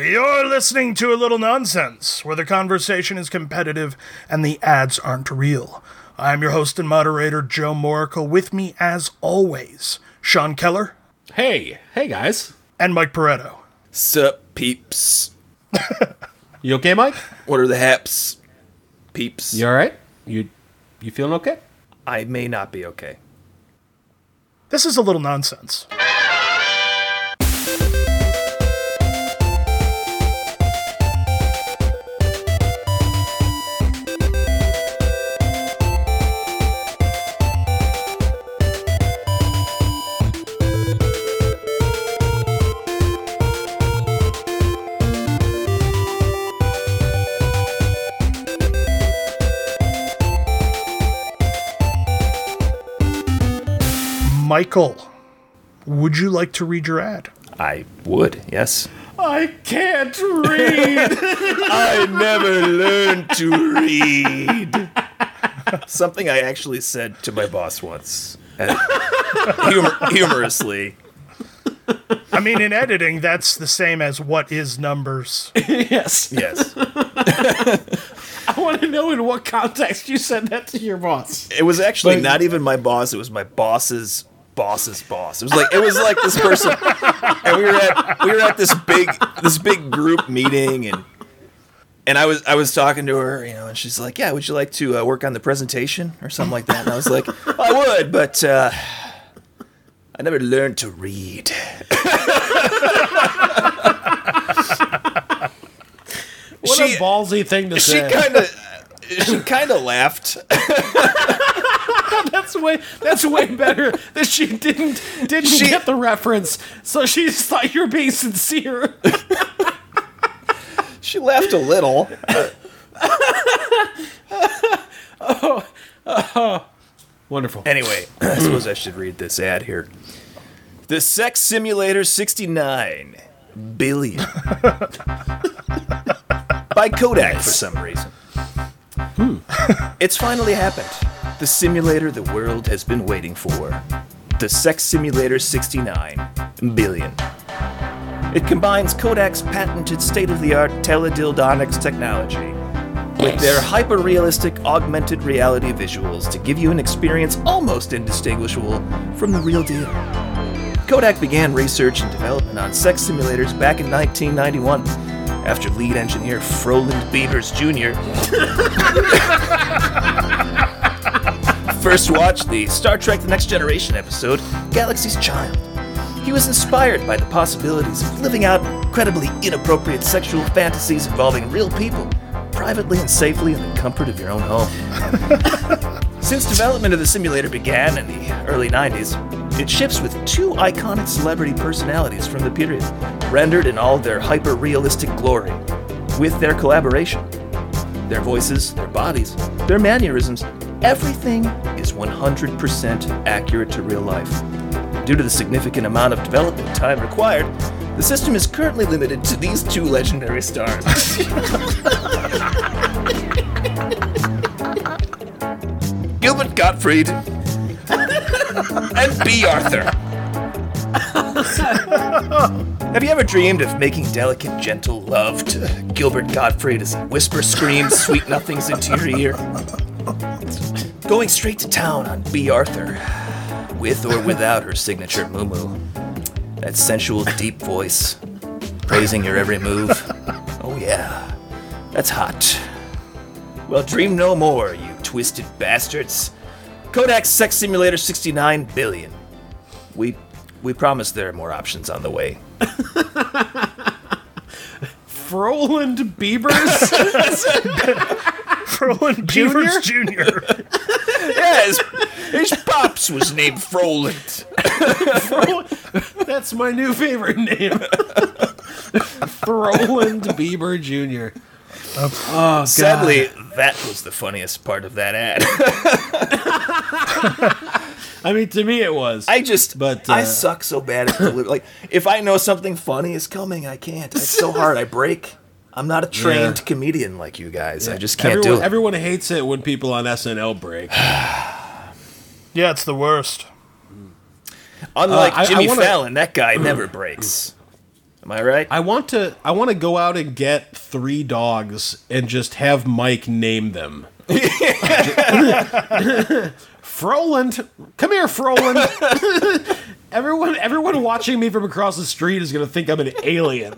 You're listening to a little nonsense where the conversation is competitive and the ads aren't real. I'm your host and moderator, Joe Moracle. With me, as always, Sean Keller Hey, hey guys. and Mike Pareto. Sup, peeps. You okay, Mike? What are the haps? Peeps. You all right? You you feeling okay? I may not be okay. This is a little nonsense. Michael, would you like to read your ad? I would, yes. I can't read. I never learned to read. Something I actually said to my boss once. and humor- humorously. I mean, in editing, that's the same as what is numbers. yes. Yes. I want to know in what context you said that to your boss. It was actually not even my boss, it was my boss's boss's boss. It was like it was like this person and we were at we were at this big this big group meeting and and I was I was talking to her, you know, and she's like, "Yeah, would you like to uh, work on the presentation or something like that?" And I was like, "I would, but uh, I never learned to read." What She- a ballsy thing to She say. kind of she kind of laughed. that's way that's way better that she didn't didn't She- get the reference. So she just thought you were being sincere. She laughed a little. Wonderful. Anyway, I suppose I should read this ad here. The Sex Simulator 69 billion by Kodak for some reason. it's finally happened. The simulator the world has been waiting for. The Sex Simulator 69 billion. It combines Kodak's patented state of the art teledildonics technology with their hyper realistic augmented reality visuals to give you an experience almost indistinguishable from the real deal. Kodak began research and development on sex simulators back in 1991 after lead engineer Froland Beavers Jr. first watched the Star Trek The Next Generation episode, Galaxy's Child. He was inspired by the possibilities of living out incredibly inappropriate sexual fantasies involving real people, privately and safely in the comfort of your own home. Since development of the simulator began in the early 90s, it ships with two iconic celebrity personalities from the period, rendered in all their hyper realistic glory, with their collaboration. Their voices, their bodies, their mannerisms, everything is 100% accurate to real life. Due to the significant amount of development time required, the system is currently limited to these two legendary stars. Gilbert Gottfried and B. Arthur. Have you ever dreamed of making delicate, gentle love to Gilbert Gottfried as he whisper screams sweet nothings into your ear? Going straight to town on B. Arthur, with or without her signature moo moo. That sensual, deep voice, praising your every move. Oh, yeah, that's hot. Well, dream no more, you twisted bastards. Kodak Sex Simulator 69 billion. We we promise there are more options on the way. Froland Biebers? Roland Beavers Jr. Yes, his pops was named Froland. that's my new favorite name. Froland Bieber Jr. Sadly, that was the funniest part of that ad. I mean, to me, it was. I just, But, but I uh, suck so bad at delivery. Like, if I know something funny is coming, I can't. It's so hard. I break. I'm not a trained Yeah. comedian like you guys. I just can't everyone, do it. everyone hates it when people on SNL break. Yeah, it's the worst. Unlike Uh, I- I Jimmy wanna- Fallon, that guy never breaks. Am I right? I want to I want to go out and get three dogs and just have Mike name them. Froland, come here, Froland. everyone, everyone watching me from across the street is going to think I'm an alien.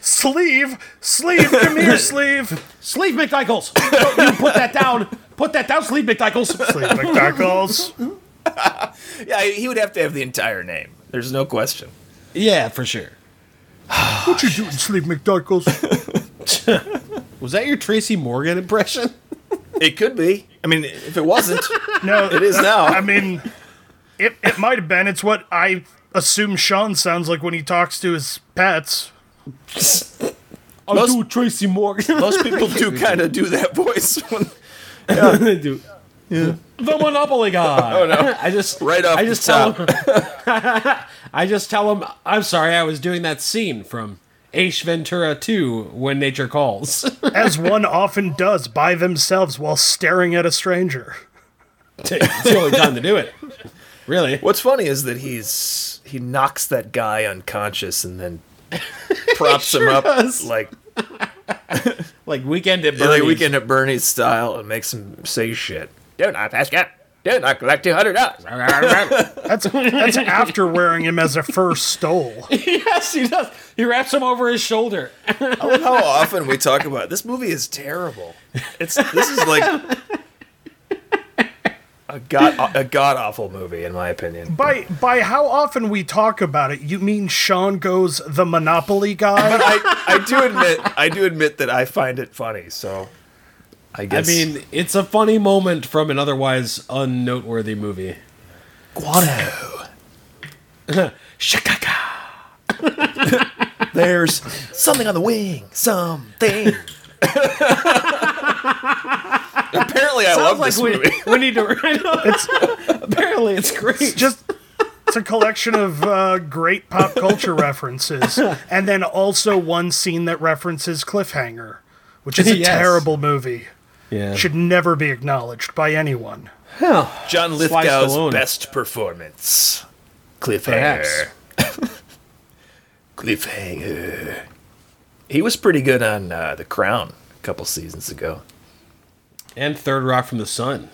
Sleeve, sleeve, come here, sleeve. Sleeve McDickles, you put that down. Put that down, Sleeve McDickles. Sleeve McDuckles. Yeah, he would have to have the entire name. There's no question. Yeah, for sure. What you doing, Sleeve McDuckles? Was that your Tracy Morgan impression? It could be. I mean, if it wasn't, No, it is I now. mean, it it might have been. It's what I assume Sean sounds like when he talks to his pets. I'll Most- do Tracy Morgan. Most people do kind of do that voice when- do. The Monopoly guy. Oh no. I just right off I just the tell top. him. I just tell him. I'm sorry. I was doing that scene from Ace Ventura 2: When Nature Calls. as one often does by themselves while staring at a stranger. it's the only time to do it. Really? What's funny is that he's he knocks that guy unconscious and then props him up does. like Like weekend at Bernie's. Billy Weekend at Bernie's style and makes him say shit. Do not ask up. Do not collect two hundred dollars. That's that's after wearing him as a fur stole. yes, he does. He wraps him over his shoulder. How often we talk about this movie is terrible. It's this is like a god a god awful movie in my opinion. By by how often we talk about it, you mean Sean goes the Monopoly guy? I, I do admit I do admit that I find it funny. So I I guess mean, it's a funny moment from an otherwise unnoteworthy movie. Guano. Shakaka. There's something on the wing. Something. Apparently, I Sounds love like this we, movie. we need to. I know. apparently, it's great. Just it's a collection of uh, great pop culture references, and then also one scene that references Cliffhanger, which is a Yes. terrible movie. yeah. Should never be acknowledged by anyone. John Sly Lithgow's Stallone. best performance. Perhaps. Cliffhanger. Cliffhanger. He was pretty good on uh, The Crown a couple seasons ago. And Third Rock from the Sun.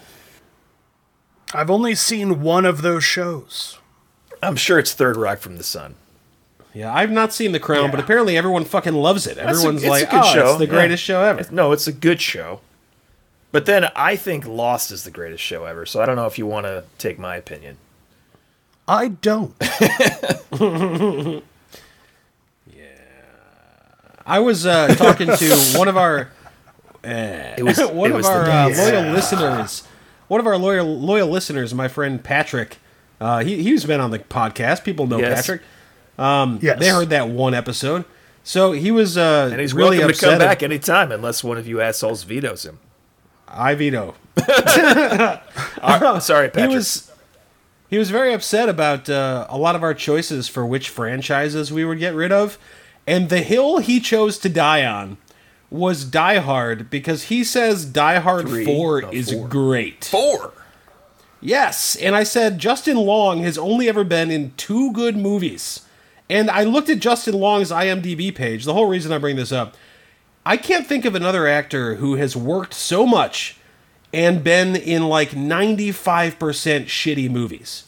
I've only seen one of those shows. I'm sure it's Third Rock from the Sun. Yeah, I've not seen The Crown, but Yeah. apparently everyone fucking loves it. a- Everyone's it's a like, good "Oh, show." it's the Yeah. greatest show ever." No, it's a good show. But then I think Lost is the greatest show ever. So I don't know if you want to take my opinion. I don't. I was uh, talking to one of our It was one it of was the our uh, best. loyal listeners, one of our loyal loyal listeners, my friend Patrick. Uh, he he's been on the podcast. People know Yes. Patrick. Yes. They heard that one episode, so he was uh, And he's really welcome to upset. come ab- back anytime, unless one of you assholes vetoes him. I veto. Uh, sorry, Patrick. He was he was very upset about uh, a lot of our choices for which franchises we would get rid of, and the hill he chose to die on was Die Hard because he says Die Hard Three. Four Oh, is four. great. four. Yes, and I said Justin Long has only ever been in two good movies. And I looked at Justin Long's IMDb page. The whole reason I bring this up, I can't think of another actor who has worked so much and been in like 95% shitty movies.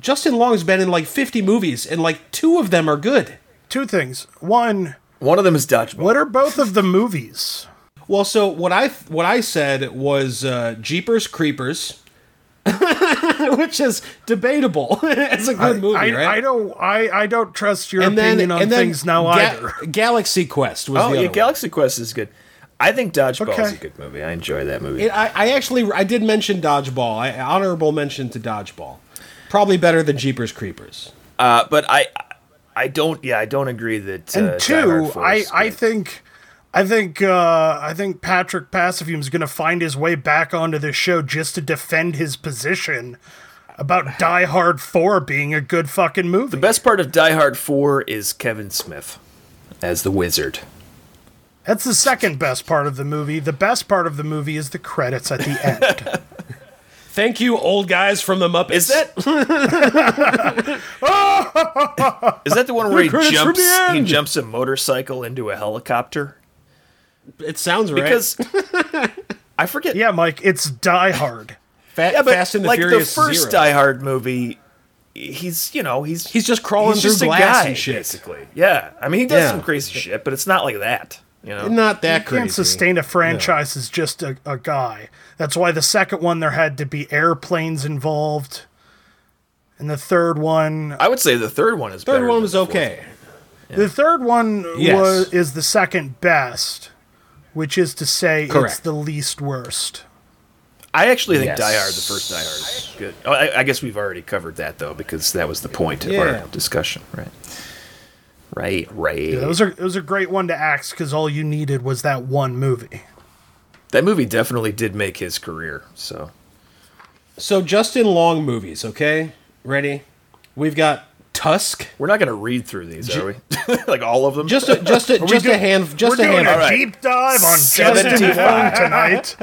Justin Long's been in like 50 movies and like two of them are good. Two things. One, One of them is dodgeball. what are both of the movies? Well, so what I what I said was uh, Jeepers Creepers, which is debatable. it's a good movie, I, right? I don't I, I don't trust your and then, opinion on and then things now Ga- either. Galaxy Quest was the oh, other yeah, one. Galaxy Quest is good. I think Dodgeball is Okay. a good movie. I enjoy that movie. It- I, I actually I did mention Dodgeball. I, honorable mention to Dodgeball. Probably better than Jeepers Creepers. uh, but I, I don't. Yeah, I don't agree that. uh, and Die Hard two, four I, is I good. think I think uh, I think Patrick Passafume is going to find his way back onto this show just to defend his position about Die Hard Four being a good fucking movie. best part of Die Hard Four is Kevin Smith as the wizard. That's the second best part of the movie. The best part of the movie is the credits at the end. Thank you, old guys from the Muppets. Is that Is that the one where he credits from jumps the he end. jumps a motorcycle into a helicopter? It sounds right. Because I forget Yeah, Mike, it's Die Hard. Fa- Yeah, but Fast and the like Furious the first Zero. Die Hard movie, he's you know he's He's just crawling he's through just a glass guy, and shit. basically. Yeah, I mean he does Yeah. some crazy shit, but it's not like that. You know, Not that You crazy. can't sustain a franchise as just a, a guy. That's why the second one there had to be airplanes involved. And the third one, I would say the third one is Third better one than was the fourth. okay. the third one Yes. was, is the second best, which is to say it's Correct. the least worst. I actually think Yes. Die Hard, the first Die Hard, is good. Oh, I, I guess we've already covered that though, because that was the point of Yeah. our discussion, right? Right, right. It was a, it was a great one to axe because all you needed was that one movie. that movie definitely did make his career. So So Justin Long movies, okay? Ready? We've got Tusk. we're not going to read through these, are we? like all of them. Just a just a just a doing- hand just We're a doing hand. a right. deep dive on Justin 75. Long tonight.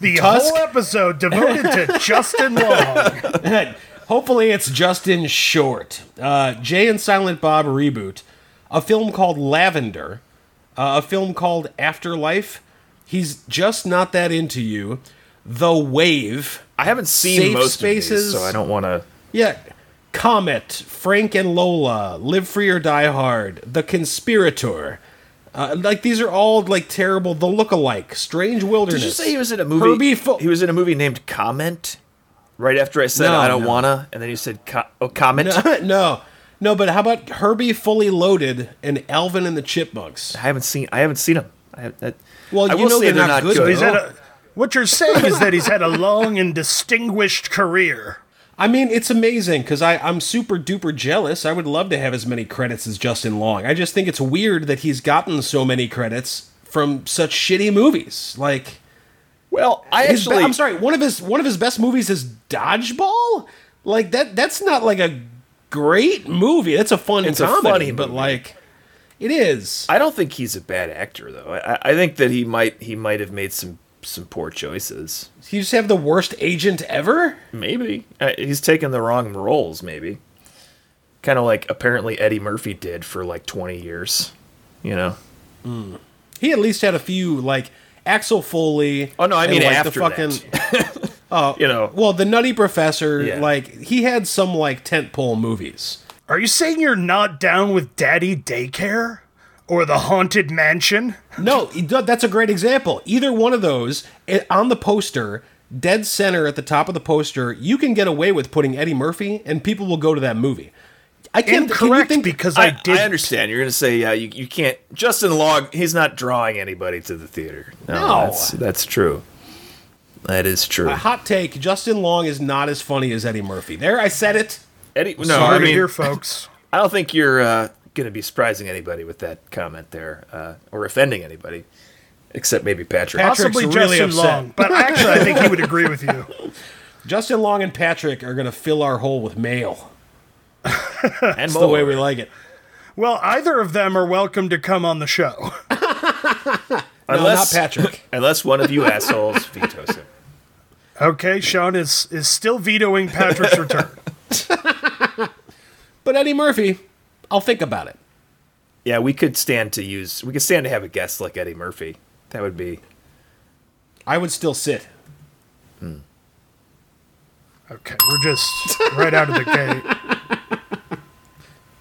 The Tusk. whole episode devoted to Justin Long. Hopefully it's Justin Short. Uh, Jay and Silent Bob reboot. A film called Lavender. Uh, a film called Afterlife. He's just not that into you. The Wave. I haven't seen Safe most Spaces. of these, so I don't want to. Yeah. Comet, Frank and Lola, Live Free or Die Hard, The Conspirator. Uh, like these are all like terrible. The Lookalike, Strange Wilderness. Did you say he was in a movie? Herbie Fo- he was in a movie named Comment. Right after I said No, I don't no. wanna, and then you said co- oh comment. no, no. But how about Herbie Fully Loaded and Alvin and the Chipmunks? I haven't seen. I haven't seen him. I, that, Well, I you will know say they're not good, He's though. had a, what you're saying is that he's had a long and distinguished career. I mean, it's amazing because I'm super duper jealous. I would love to have as many credits as Justin Long. I just think it's weird that he's gotten so many credits from such shitty movies. Like, Well, I his actually. be- I'm sorry, one of his one of his best movies is Dodgeball. Like that. That's not like a great movie. That's a fun It's a comedy, funny but movie. like, it is. I don't think he's a bad actor though. I, I think that he might he might have made some some poor choices. You just have the worst agent ever. Maybe uh, he's taken the wrong roles. Maybe kind of like apparently Eddie Murphy did for like 20 years. You know. He at least had a few like Axel Foley. Oh no, I and, mean like, after that. oh, you know. Well, the Nutty Professor, Yeah. like he had some like tentpole movies. Are you saying you're not down with Daddy Daycare or the Haunted Mansion? No, he- that's a great example. Either one of those it, on the poster, dead center at the top of the poster, you can get away with putting Eddie Murphy, and people will go to that movie. I can't can you Incorrect, think, because I, did. I understand. You're going to say, yeah, you, you can't. Justin Long, he's not drawing anybody to the theater. No. No. That's, that's true. That is true. Hot take: Justin Long is not as funny as Eddie Murphy. There, I said it. Eddie, no, Sorry I mean, here, folks. I don't think you're uh, going to be surprising anybody with that comment there uh, or offending anybody, except maybe Patrick. Pat- Patrick's Possibly really Justin upset. Long, but actually, I think he would agree with you. Justin Long and Patrick are going to fill our hole with mail. and That's the way we like it. Well, either of them are welcome to come on the show. No, unless, not Patrick. unless one of you assholes vetoes him. Okay, Sean is is still vetoing Patrick's return. But Eddie Murphy, I'll think about it. Yeah, we could stand to use. We could stand to have a guest like Eddie Murphy. That would be. I would still sit. Okay, we're just right out of the gate.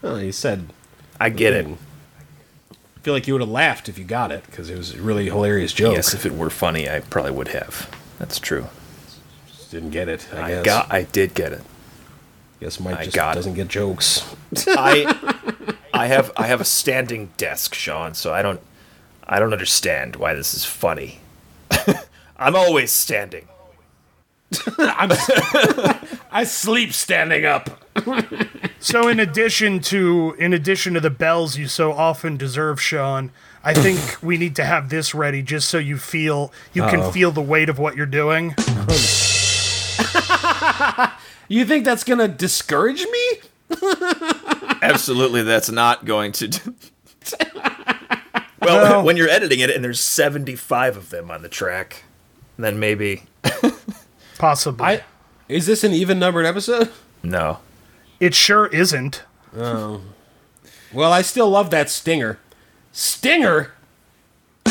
Oh, you said. I get it. I feel like you would have laughed if you got it because it was a really hilarious joke. Yes, if it were funny, I probably would have. That's true. Just didn't get it. I, I guess. got. I did get it. guess Mike I just got it. doesn't get jokes. I. I have. I have a standing desk, Sean. So I don't. I don't understand why this is funny. I'm always standing. I'm, I sleep standing up. So, in addition to in addition to the bells you so often deserve, Sean, I think we need to have this ready just so you feel you can feel the weight of what you're doing. You think that's gonna discourage me? Absolutely, that's not going to. Do. well, when you're editing it, and there's 75 of them on the track, then maybe. Possibly. I is this an even numbered episode? No. it sure isn't. Well, I still love that stinger. Stinger.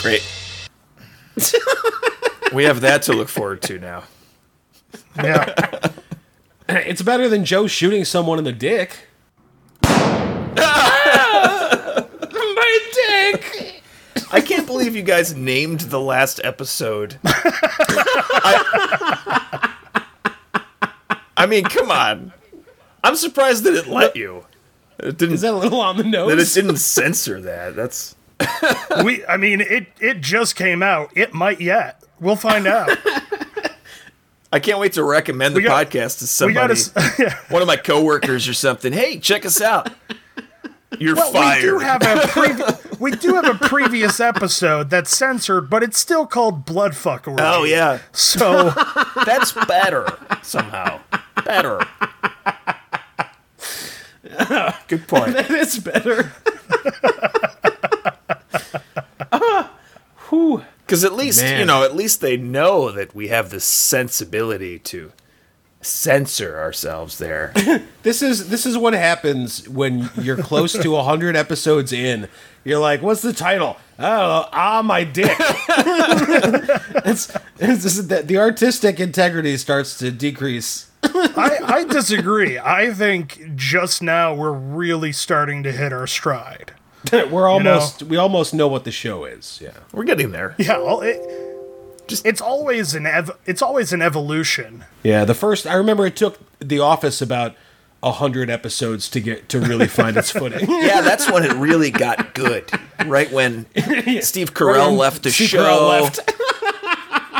Great. we have that to look forward to now. Yeah. It's better than Joe shooting someone in the dick. My dick! I can't believe you guys named the last episode. I- I mean, come on. I'm surprised that it let you. It didn't Is that a little on the that it nose? didn't censor that. That's we I mean it it just came out. It might yet. We'll find out. I can't wait to recommend the got- podcast to we got somebody, to yeah. one of my coworkers or something. Hey, check us out. You're We fired. do have a previ- we do have a previous episode that's censored, but it's still called Bloodfuck Orgy. oh yeah, So that's better somehow. Better. Good point. It's better. Ah, whew. Because at least you Man. know, at least they know that we have this sensibility to censor ourselves there. This is this is what happens when you're close to hundred episodes in. You're like, "What's the title?" Oh, ah, my dick. it's, it's just that the artistic integrity starts to decrease. I, I disagree. I think just now we're really starting to hit our stride. We're almost we almost know what the show is. Yeah. We're getting there. Yeah, well, it, Just- it's always an ev- it's always an evolution. Yeah, the first I remember it took The Office about a hundred episodes to get to really find its footing. Yeah, that's when it really got good. Right when Steve Carell when left the Steve show. Carell left.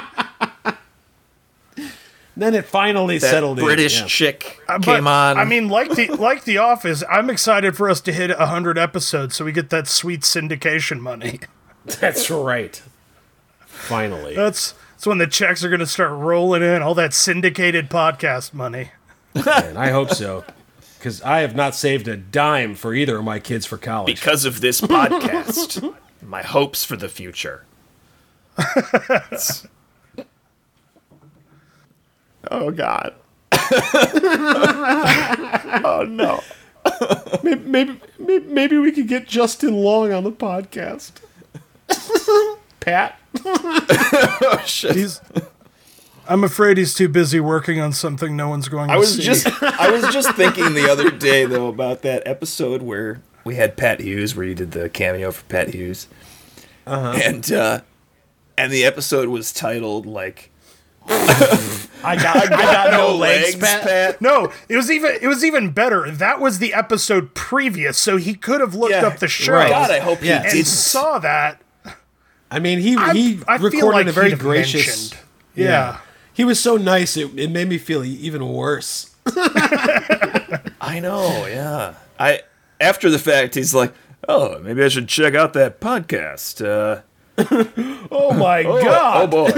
then it finally that settled British in. yeah. chick Uh, but, came on. I mean, like the like the Office, I'm excited for us to hit hundred episodes so we get that sweet syndication money. That's right. Finally. That's that's when the checks are going to start rolling in. All that syndicated podcast money. And I hope so. Because I have not saved a dime for either of my kids for college. because of this podcast, my hopes for the future. It's- oh God. oh no. Maybe, maybe, maybe we could get Justin Long on the podcast. Pat? Oh, He's, I'm afraid he's too busy working on something no one's going. To I was see. just I was just thinking the other day though about that episode where we had Pat Hughes where you did the cameo for Pat Hughes. Uh-huh. And uh and the episode was titled like I got, I got, no legs, Pat. no. It was even it was even better. That was the episode previous, so he could have looked Yeah, up the show right. God, I hope Yeah. he and didn't. saw that. I mean, he, I, he I recorded feel like a very he'd have gracious. mentioned. Yeah. He was so nice, it, it made me feel even worse. I know, yeah. I after the fact, he's like, "Oh, maybe I should check out that podcast." Uh, Oh my oh, oh god! boy,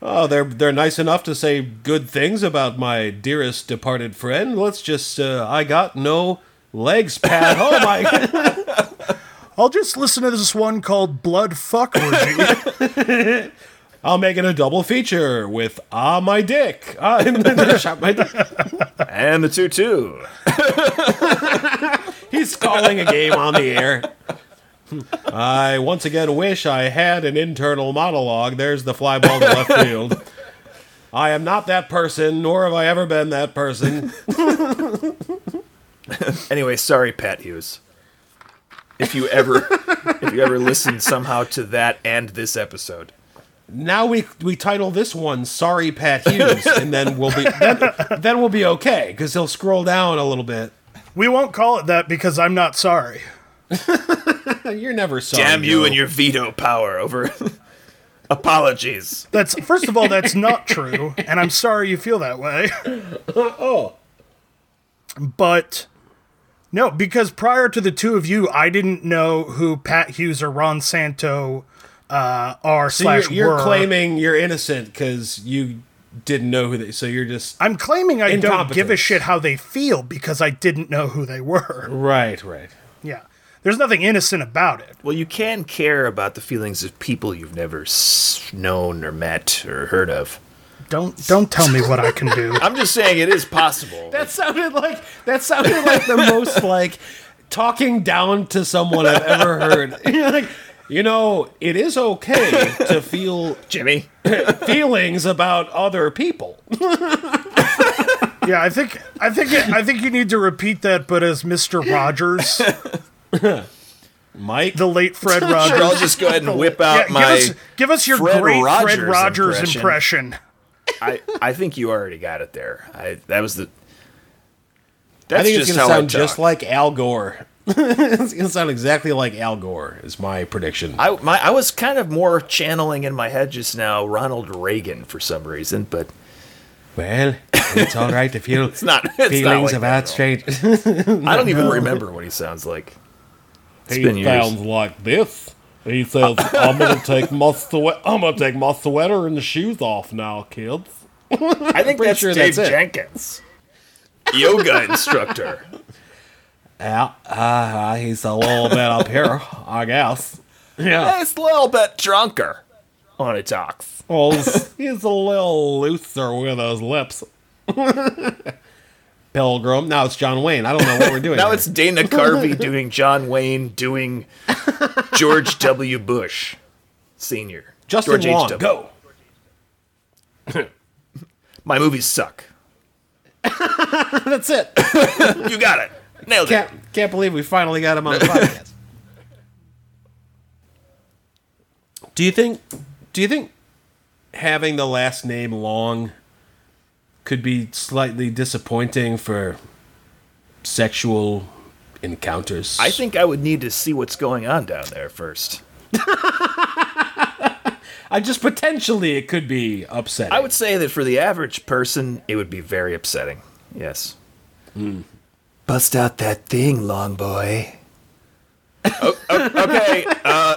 Oh, they're they're nice enough to say good things about my dearest departed friend. Let's just, uh, I got no legs, Pat. Oh my god! I'll just listen to this one called Blood Fuck Orgy. I'll make it a double feature with ah my dick. Ah, and then I shot my dick. and the two two. He's calling a game on the air. I once again wish I had an internal monologue. There's the fly ball to left field. I am not that person, nor have I ever been that person. Anyway, sorry, Pat Hughes. If you ever, if you ever listen somehow to that and this episode, Now we we title this one "Sorry, Pat Hughes," and then we'll be then, then we'll be okay because he'll scroll down a little bit. we won't call it that because I'm not sorry. You're never sorry. damn you Joe. and your veto power over apologies. That's first of all, that's not true, and I'm sorry you feel that way. oh. But no, because prior to the two of you, I didn't know who Pat Hughes or Ron Santo uh, are So you're, slash you're were. claiming you're innocent because you didn't know who they. So you're just I'm claiming I don't give a Incompetence. shit how they feel because I didn't know who they were. right, right. Yeah. There's nothing innocent about it. Well, you can care about the feelings of people you've never s- known or met or heard of. Don't don't tell me what I can do. I'm just saying it is possible. That sounded like that sounded like the most like talking down to someone I've ever heard. You're like, you know, it is okay to feel Jimmy. feelings about other people. Yeah, I think I think it, I think you need to repeat that, but as Mister Rogers, Mike, the late Fred Sure, Rogers. I'll just go ahead and whip Yeah, out give my. us give us your Fred great Fred Rogers Rogers impression. impression. I, I think you already got it there. I that was the. That's I think just it's how going to sound I talk. just like Al Gore. it's going to sound exactly like Al Gore. Is my prediction. I my I was kind of more channeling in my head just now Ronald Reagan for some reason, but well, it's all right to feel it's not- it's not feelings like about that strange. I don't even remember what he sounds like. It's he been years. sounds like this. He says, "I'm gonna take my sweat. I'm gonna take my sweater and the shoes off now, kids." I think that's sure Dave that's it. Jenkins, yoga instructor. Yeah, uh, he's a little bit up here, I guess. Yeah, It's a little bit drunker on a talks. well, he's he's a little looser with his lips. Pilgrim. Now it's John Wayne. I don't know what we're doing. Now here. it's Dana Carvey doing John Wayne doing George W. Bush Senior. Justin George Long. H. W. Go. My movies suck. That's it. You got it. Nailed it. Can't can't believe we finally got him on the podcast. do you think? Do you think having the last name Long could be slightly disappointing for sexual encounters? I think I would need to see what's going on down there first. I just potentially it could be upsetting. I would say that for the average person, it would be very upsetting. Yes. Bust out that thing, long boy. okay. Uh, uh,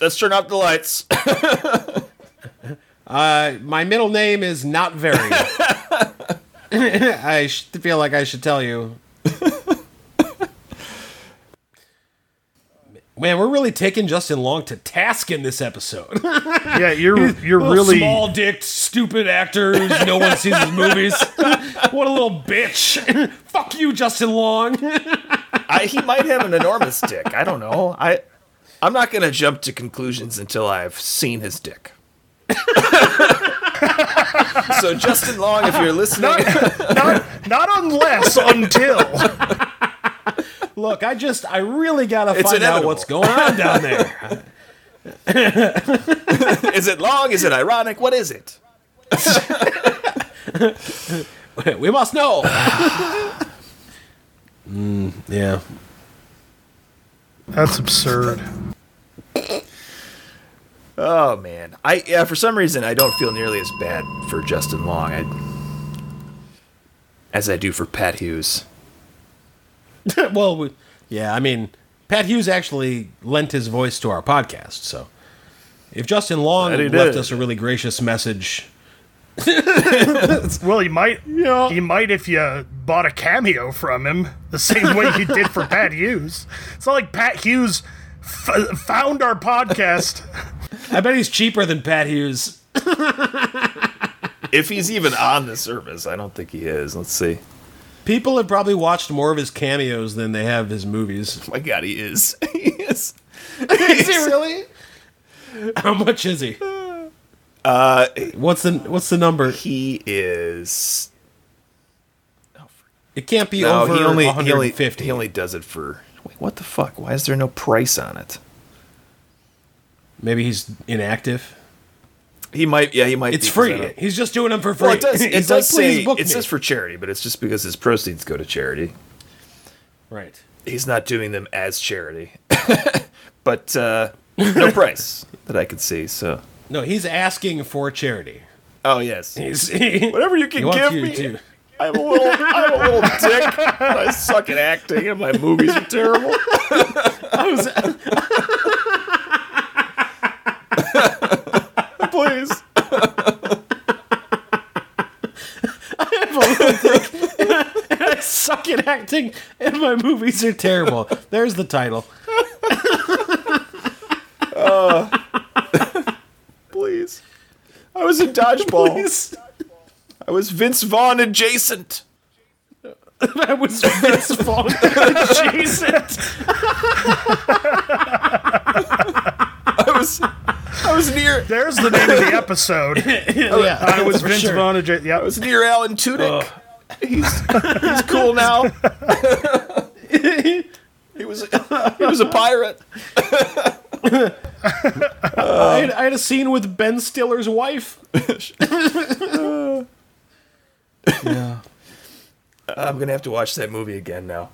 let's turn off the lights. Uh, My middle name is not very. I sh- feel like I should tell you. Man, we're really taking Justin Long to task in this episode. Yeah, you're you're Little really small dicked, stupid actors. No one sees his movies. what a little bitch! Fuck you, Justin Long. I, he might have an enormous dick. I don't know. I, I'm not going to jump to conclusions until I've seen his dick. so, Justin Long, if you're listening, not unless until Look, I just, I really gotta It's find out inevitable. what's going on down there. is it long? Is it ironic? What is it? we must know. yeah. that's absurd. Oh man, I yeah, for some reason I don't feel nearly as bad for Justin Long I, as I do for Pat Hughes. well, we, yeah, I mean, Pat Hughes actually lent his voice to our podcast, so if Justin Long That he left did. us a really gracious message, Well, he might Yeah. he might if you bought a cameo from him the same way you did for Pat Hughes. It's not like Pat Hughes f- found our podcast. I bet he's cheaper than Pat Hughes. If he's even on the service, I don't think he is. Let's see. People have probably watched more of his cameos than they have his movies. My God, he is. he is. really? How much is he? Uh, Uh, what's the what's the number? He is. It can't be No, over he only he only 150. he only does it for. Wait, what the fuck? Why is there no price on it? Maybe he's inactive. He might. Yeah, he might. It's be, 'cause I free. don't- He's just doing them for free. Well, it does. It He's does like, say "Please book it me." says for charity, but it's just because his proceeds go to charity. right. he's not doing them as charity, but uh, no price that I could see. So, No, he's asking for charity. oh yes, He's whatever you can He wants give you me. to- I'm a little, I'm a little dick. I suck at acting, and my movies are terrible. Please, I suck at acting, and my movies are terrible. There's the title. Please. I was in Dodgeball. Please. I was Vince Vaughn adjacent. That was Vince Vaughn adjacent. I was I was near There's the name of the episode. yeah, I was Vince sure. Vaughn. adja- I Yep. was near Alan Tudyk. He's he's cool now. he was he was a pirate. I, had, I had a scene with Ben Stiller's wife. I'm gonna have to watch that movie again now.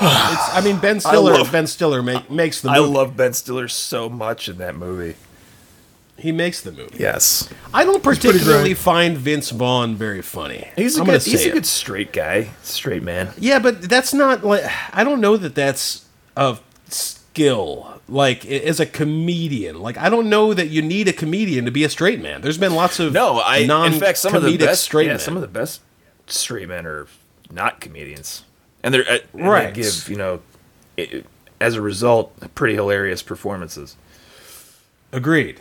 I mean, Ben Stiller. love- ben Stiller make, makes the I movie. love Ben Stiller so much in that movie. he makes the movie. Yes, I don't pretty particularly great. find Vince Vaughn very funny. he's a I'm gonna good he's say a it. good straight guy, straight man. Yeah, but that's not like I don't know that that's a skill. Like i- as a comedian, like I don't know that you need a comedian to be a straight man. There's been lots of No, I non in fact some of the best straight yeah, men. some of the best straight men are not comedians, and they're uh, and Right. They give you know, it, as a result, pretty hilarious performances. Agreed.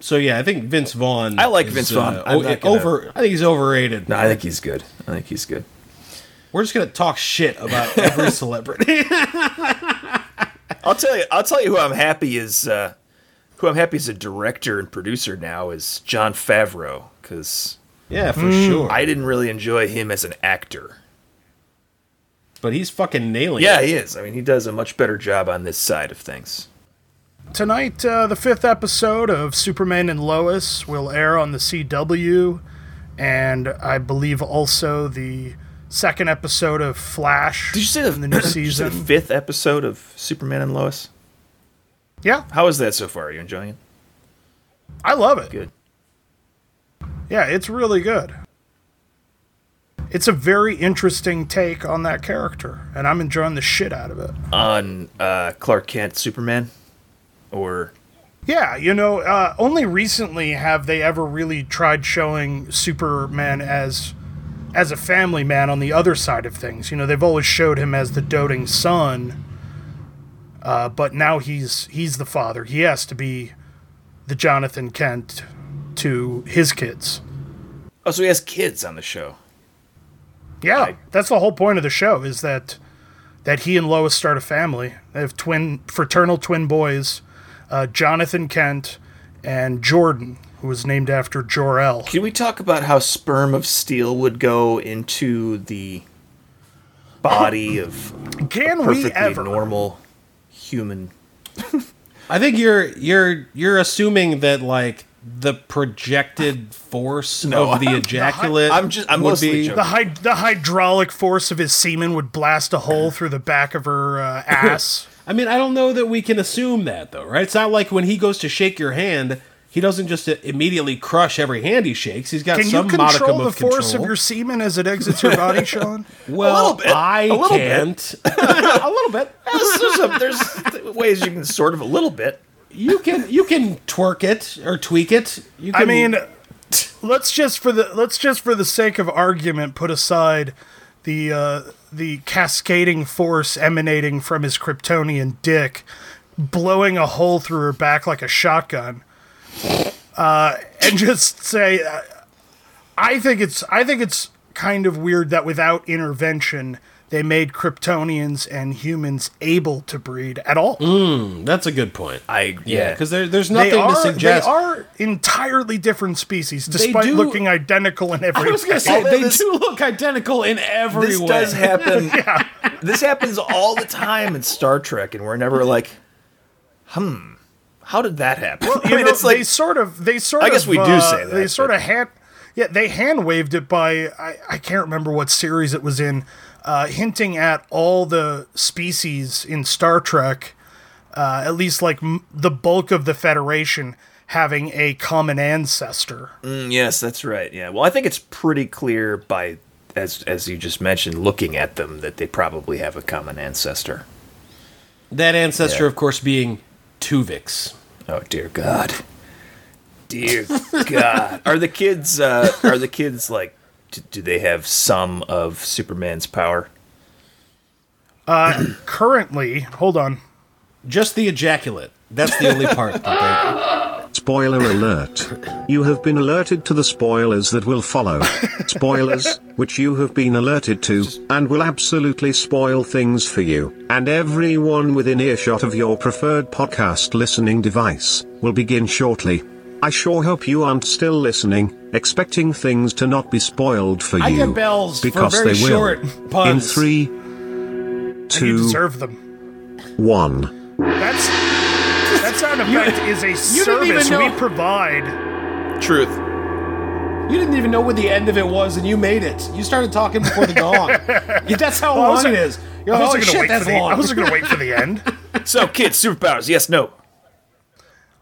So yeah, I think Vince Vaughn. uh, I like Vince Vaughn. I'm o- not gonna- over. I think he's overrated. No, I think he's good. I think he's good. We're just gonna talk shit about every celebrity. I'll tell you. I'll tell you who I'm happy is. Uh, who I'm happy is a director and producer now is John Favreau because yeah, for Mm. sure. I didn't really enjoy him as an actor. but he's fucking nailing. Yeah, it. he is. I mean, he does a much better job on this side of things. Tonight, uh, the fifth episode of Superman and Lois will air on the CW, and I believe also the second episode of Flash. Did you see the, in the new did you see the season? fifth episode of Superman and Lois? Yeah, How is that so far? Are you enjoying it? I love it. Good. Yeah, it's really good. It's a very interesting take on that character, and I'm enjoying the shit out of it. On uh, Clark Kent, Superman, or Yeah, you know, uh, only recently have they ever really tried showing Superman as as a family man on the other side of things. You know, they've always showed him as the doting son, uh, but now he's he's the father. He has to be the Jonathan Kent to his kids. oh, so he has kids on the show. Yeah, I- that's the whole point of the show is that that he and Lois start a family. They have twin fraternal twin boys, uh, Jonathan Kent and Jordan, who was named after Jor El. Can we talk about how sperm of steel would go into the body of Can we perfectly ever? normal human? I think you're you're you're assuming that like the projected force No, of the I'm ejaculate. I'm just- I'm would mostly be- the joking. hy- the hydraulic force of his semen would blast a hole through the back of her uh, ass. I mean, I don't know that we can assume that though, right? It's not like when he goes to shake your hand, he doesn't just immediately crush every hand he shakes. He's got Can you some control modicum the of force control. of your semen as it exits your body, Sean? well, little bit, I a little bit. can't. a little bit. there's, there's a- there's ways you can sort of a little bit. You can you can twerk it or tweak it. You can, I mean, let's just for the let's just for the sake of argument put aside the uh, the cascading force emanating from his Kryptonian dick, blowing a hole through her back like a shotgun, uh, and just say, uh, I think it's I think it's kind of weird that without intervention. They made Kryptonians and humans able to breed at all. that's a good point. I yeah, yeah. because there, there's They nothing are, to suggest. they are entirely different species, despite do- looking identical in every I was gonna way. say Although they this- do look identical in every this way. does happen. This happens all the time in Star Trek, and we're never like, hmm, how did that happen? I you mean, know, it's like they sort of they sort I guess of, we do uh, say that, they sort but- of hand yeah they hand waved it by I, I can't remember what series it was in uh, hinting at all the species in Star Trek uh, at least like m- the bulk of the Federation having a common ancestor Mm, yes, that's right. Yeah. Well, I think it's pretty clear by as as you just mentioned, looking at them, that they probably have a common ancestor. That ancestor, of course, being Tuvix. Oh dear God. Dear God. Are the kids uh, are the kids like do, do they have some of Superman's power? Currently, hold on. Just the ejaculate. That's the only part. That they, Spoiler alert. You have been alerted to the spoilers that will follow. Spoilers, which you have been alerted to, and will absolutely spoil things for you, and everyone within earshot of your preferred podcast listening device, will begin shortly. I sure hope you aren't still listening, expecting things to not be spoiled for I you. get bells because for very they will. short In puns. three, You two, deserve them. one. That's that sound effect is a didn't even service we know- provide. Truth. You didn't even know what the end of it was, and you made it. You started talking before the gong. Yeah, that's how I long wasn't- it is. You're I like, oh wasn't gonna shit, wait for that's the. long. I wasn't gonna wait for the end. So, kids, superpowers, yes, no.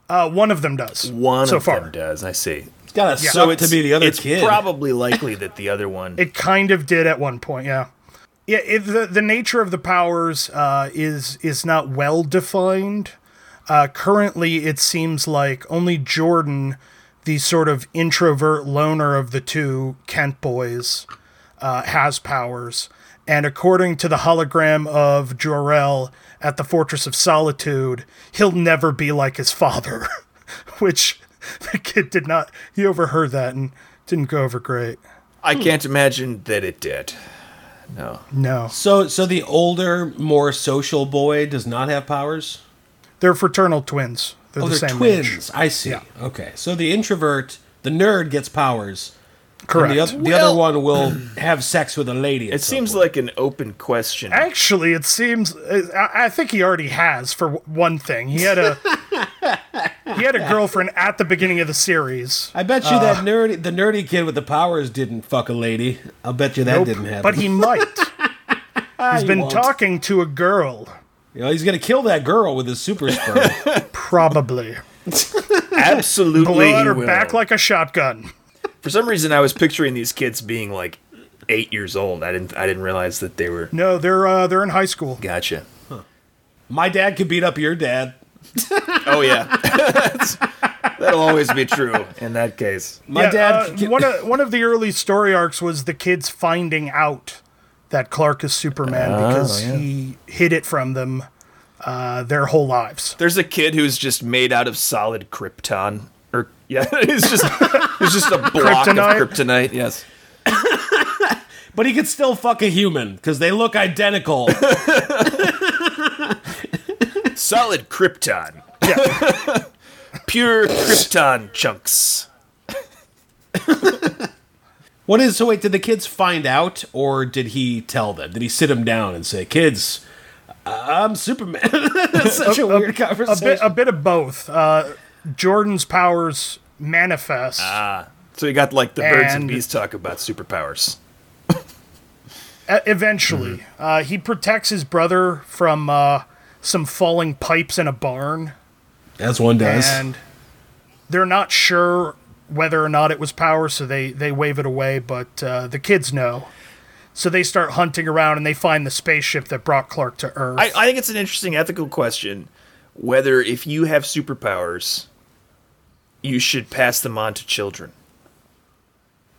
Uh, one of them does. One so of far. them does, I see. it's gotta suck to be the other it's kid. probably likely that the other one. It kind of did at one point, yeah. Yeah, it, the the nature of the powers uh, is is not well defined. Uh, currently, it seems like only Jordan, the sort of introvert loner of the two Kent boys, uh, has powers. And according to the hologram of Jor-El at the Fortress of Solitude, he'll never be like his father, which the kid did not. He overheard that and didn't go over great. I can't imagine that it did. No. No. So, so the older, more social boy does not have powers. They're fraternal twins. They're Oh, the they're same age. twins. I see. Okay, so the introvert, the nerd, gets powers. Correct. And the, oth- the Well- other one will have sex with a lady. It seems like an open question. Actually, it seems uh, I I think he already has for w- one thing. He had a he had a girlfriend at the beginning of the series, I bet you that nerdy, the nerdy kid with the powers didn't fuck a lady. I'll bet you that didn't happen. but he might. He's been won't. talking to a girl, You know, he's gonna kill that girl with his super sperm. probably. Absolutely. Blow out he her will. back like a shotgun. For some reason, I was picturing these kids being like eight years old. I didn't. I didn't realize that they were. No, they're uh, they're in high school. Gotcha. My dad could beat up your dad. Oh yeah. That's- That'll always be true in that case. My Yeah, dad. uh, could- one of one of the early story arcs was the kids finding out that Clark is Superman Oh, because he hid it from them uh, their whole lives. There's a kid who's just made out of solid krypton. Or yeah, he's just he's just a block Kryptonite? of kryptonite. Yes. but he could still fuck a human because they look identical. Solid krypton. Pure krypton chunks. what is? So wait, did the kids find out, or did he tell them? Did he sit them down and say, "Kids, I'm Superman"? That's such a, weird a conversation. bit, a bit of both. Uh, Jordan's powers manifest. So you got like the birds and And- bees talk about superpowers. E- eventually, Mm-hmm. uh, he protects his brother from uh, some falling pipes in a barn, As one does. and they're not sure whether or not it was power, so they they wave it away. But uh, the kids know, so they start hunting around and they find the spaceship that brought Clark to Earth. I, I think it's an interesting ethical question whether if you have superpowers, you should pass them on to children.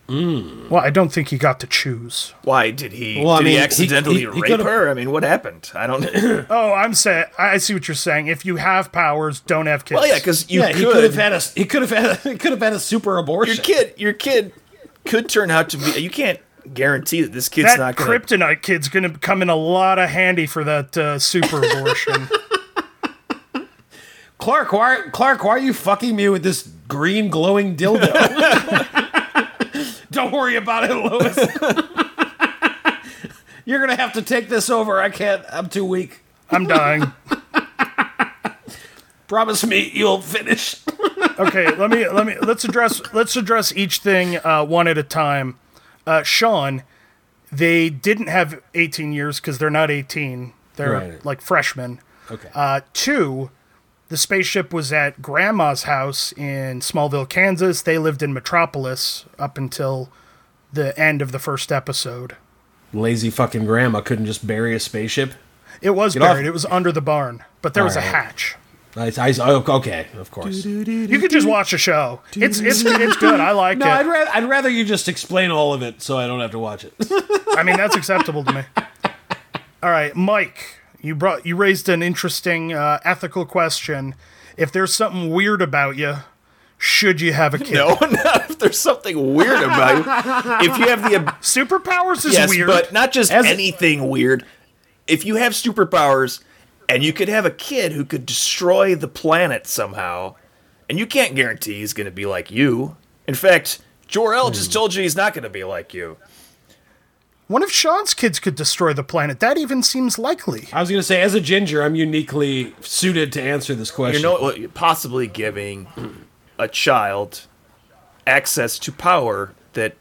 well, I don't think he got to choose. Why did he? Well, I did he mean, he- accidentally he- he rape could've- her? I mean, what happened? I don't. Oh, I'm saying I see what you're saying. If you have powers, don't have kids. well, yeah, because you yeah, he could could. have had a. He could have had. A, he could have had a super abortion. your kid, your kid could turn out to be. You can't guarantee that this kid's that not going to. kryptonite kid's gonna come in a lot of handy for that uh, super abortion. Clark, why? Clark, why are you fucking me with this green glowing dildo? Don't worry about it, Lois. You're gonna have to take this over. I can't. I'm too weak. I'm dying. Promise me you'll finish. Okay, let me let me let's address let's address each thing uh, one at a time. Uh, Sean, they didn't have 18 years because they're not 18. They're Right. like freshmen. Okay. Uh, two, the spaceship was at Grandma's house in Smallville, Kansas. They lived in Metropolis up until the end of the first episode. Lazy fucking grandma couldn't just bury a spaceship. It was off- buried. It was under the barn, but there was a Alright. hatch. I, I, oh, okay, of course. You could just watch the show. It's it's it's good. I like No, it. I'd, ra- I'd rather you just explain all of it so I don't have to watch it. I mean, that's acceptable to me. All right, Mike, you brought you raised an interesting uh, ethical question. If there's something weird about you, should you have a kid? No, not if there's something weird about you. If you have the ab- Superpowers is yes, weird. but not just As- anything weird. If you have superpowers and you could have a kid who could destroy the planet somehow, and you can't guarantee he's going to be like you. In fact, Jor El Hmm. just told you he's not going to be like you. One of Sean's kids could destroy the planet. That even seems likely. I was going to say, as a ginger, I'm uniquely suited to answer this You question. know, what- possibly giving a child access to power that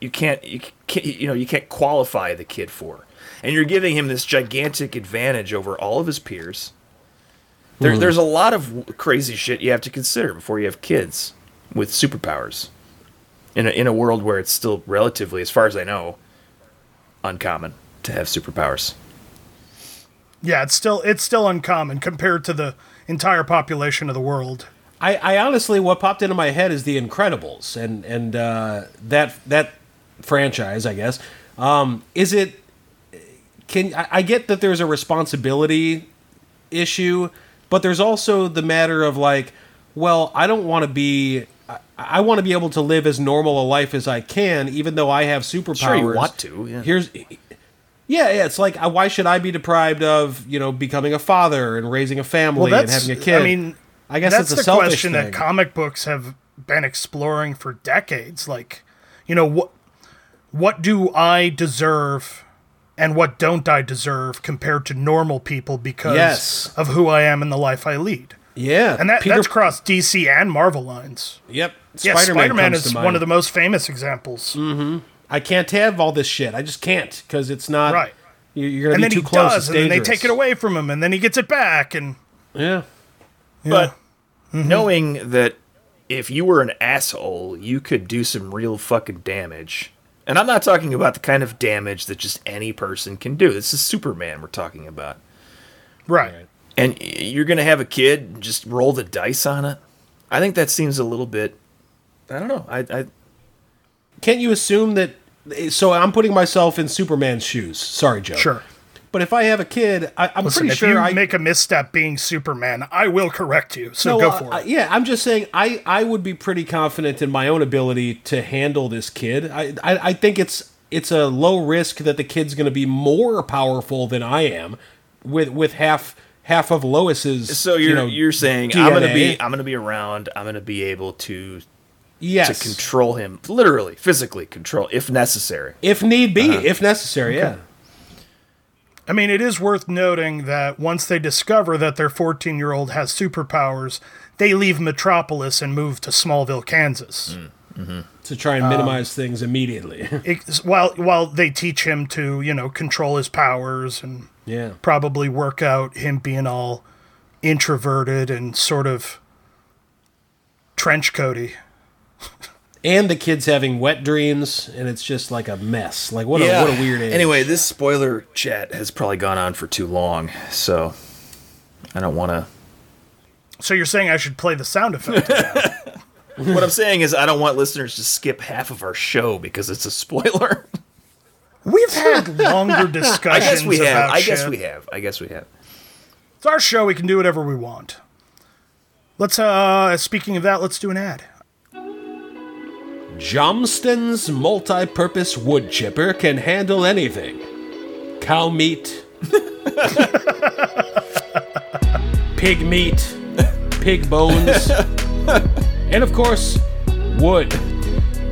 you can't, you can't, you know, you can't qualify the kid for, and you're giving him this gigantic advantage over all of his peers. There, There's a lot of w- crazy shit you have to consider before you have kids with superpowers. In a, in a world where it's still relatively, as far as I know, uncommon to have superpowers. Yeah, it's still it's still uncommon compared to the entire population of the world. I, I honestly, what popped into my head is The Incredibles, and and uh, that that franchise, I guess. Um, is it? Can I, I get that there's a responsibility issue, but there's also the matter of like, well, I don't want to be. I, I want to be able to live as normal a life as I can, even though I have superpowers. you want to, yeah. Here's. Yeah, yeah, it's like uh, why should I be deprived of you know becoming a father and raising a family and having a kid? I mean, I guess that's it's a the selfish question thing. that comic books have been exploring for decades. Like, you know, what what do I deserve and what don't I deserve compared to normal people because Yes. of who I am and the life I lead? Yeah, And that, Peter, that's crossed DC and Marvel lines. Yep, Yeah, Spider-Man, comes is to one mind. Mm-hmm. of the most famous examples. I can't have all this shit. I just can't because it's not Right. you- You're And gonna then he be too close. does, it's and then they dangerous. take it away from him, and then he gets it back, and Yeah, Mm-hmm. But knowing that if you were an asshole, you could do some real fucking damage. And I'm not talking about the kind of damage that just any person can do. This is Superman we're talking about. right. And y- you're going to have a kid and just roll the dice on it? I think that seems a little bit I don't know. I, I can't you assume that? So I'm putting myself in Superman's shoes. Sorry, Joe. Sure. But if I have a kid, I, I'm Listen, pretty if sure you I make a misstep being Superman, I will correct you. So go No, for I- I- it. yeah, I'm just saying I, I would be pretty confident in my own ability to handle this kid. I, I, I think it's it's a low risk that the kid's going to be more powerful than I am with with half half of Lois's. so you're you you know, are saying I'm going to DNA. be I'm going to be around. I'm going to be able to to yes, control him literally, physically control if necessary. if need be, Uh-huh. if necessary. Yeah, I mean, it is worth noting that once they discover that their 14 year old has superpowers, they leave Metropolis and move to Smallville, Kansas. Hmm. to try Um, and minimize things immediately. It- while while they teach him to, you know, control his powers and yeah, probably work out him being all introverted and sort of trench coaty. and the kid's having wet dreams, and it's just like a mess. Like what a what a weird age. Anyway, this spoiler chat has probably gone on for too long, so I don't want to. So you're saying I should play the sound effect? what I'm saying is, I don't want listeners to skip half of our show because it's a spoiler. We've had longer I discussions. guess we have. about I guess shit. we have. I guess we have. It's our show. We can do whatever we want. Let's, uh, speaking of that, let's do an ad. Jomston's multi-purpose wood chipper can handle anything. Cow meat, pig meat, pig bones, and of course, wood.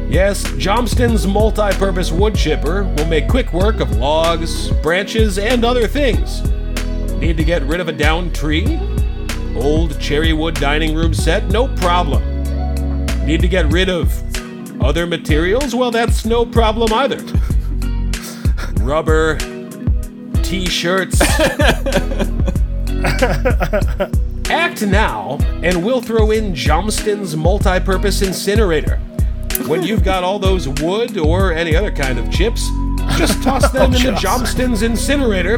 Yes, Jomston's multi-purpose wood chipper will make quick work of logs, branches, and other things. Need to get rid of a downed tree? Old cherry wood dining room set? No problem. Need to get rid of other materials? Well, that's no problem either. Rubber, t shirts. Act now, and we'll throw in Jomston's multi purpose incinerator. When you've got all those wood or any other kind of chips, just toss them into Jomston's incinerator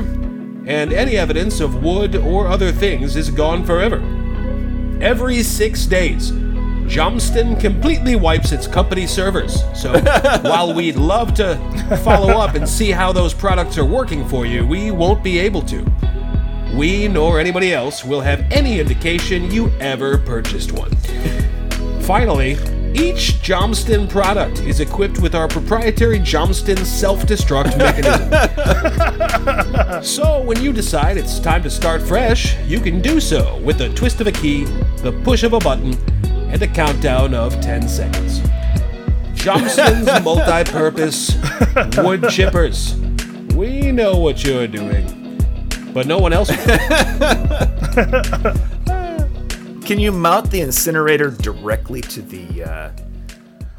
and any evidence of wood or other things is gone forever. Every six days, Jumston completely wipes its company servers. So while we'd love to follow up and see how those products are working for you, we won't be able to. We nor anybody else will have any indication you ever purchased one. Finally, each Jomston product is equipped with our proprietary Jomston self destruct mechanism. so, when you decide it's time to start fresh, you can do so with the twist of a key, the push of a button, and a countdown of 10 seconds. Jomston's multi purpose wood chippers. We know what you're doing, but no one else. will. Can you mount the incinerator directly to the? Uh,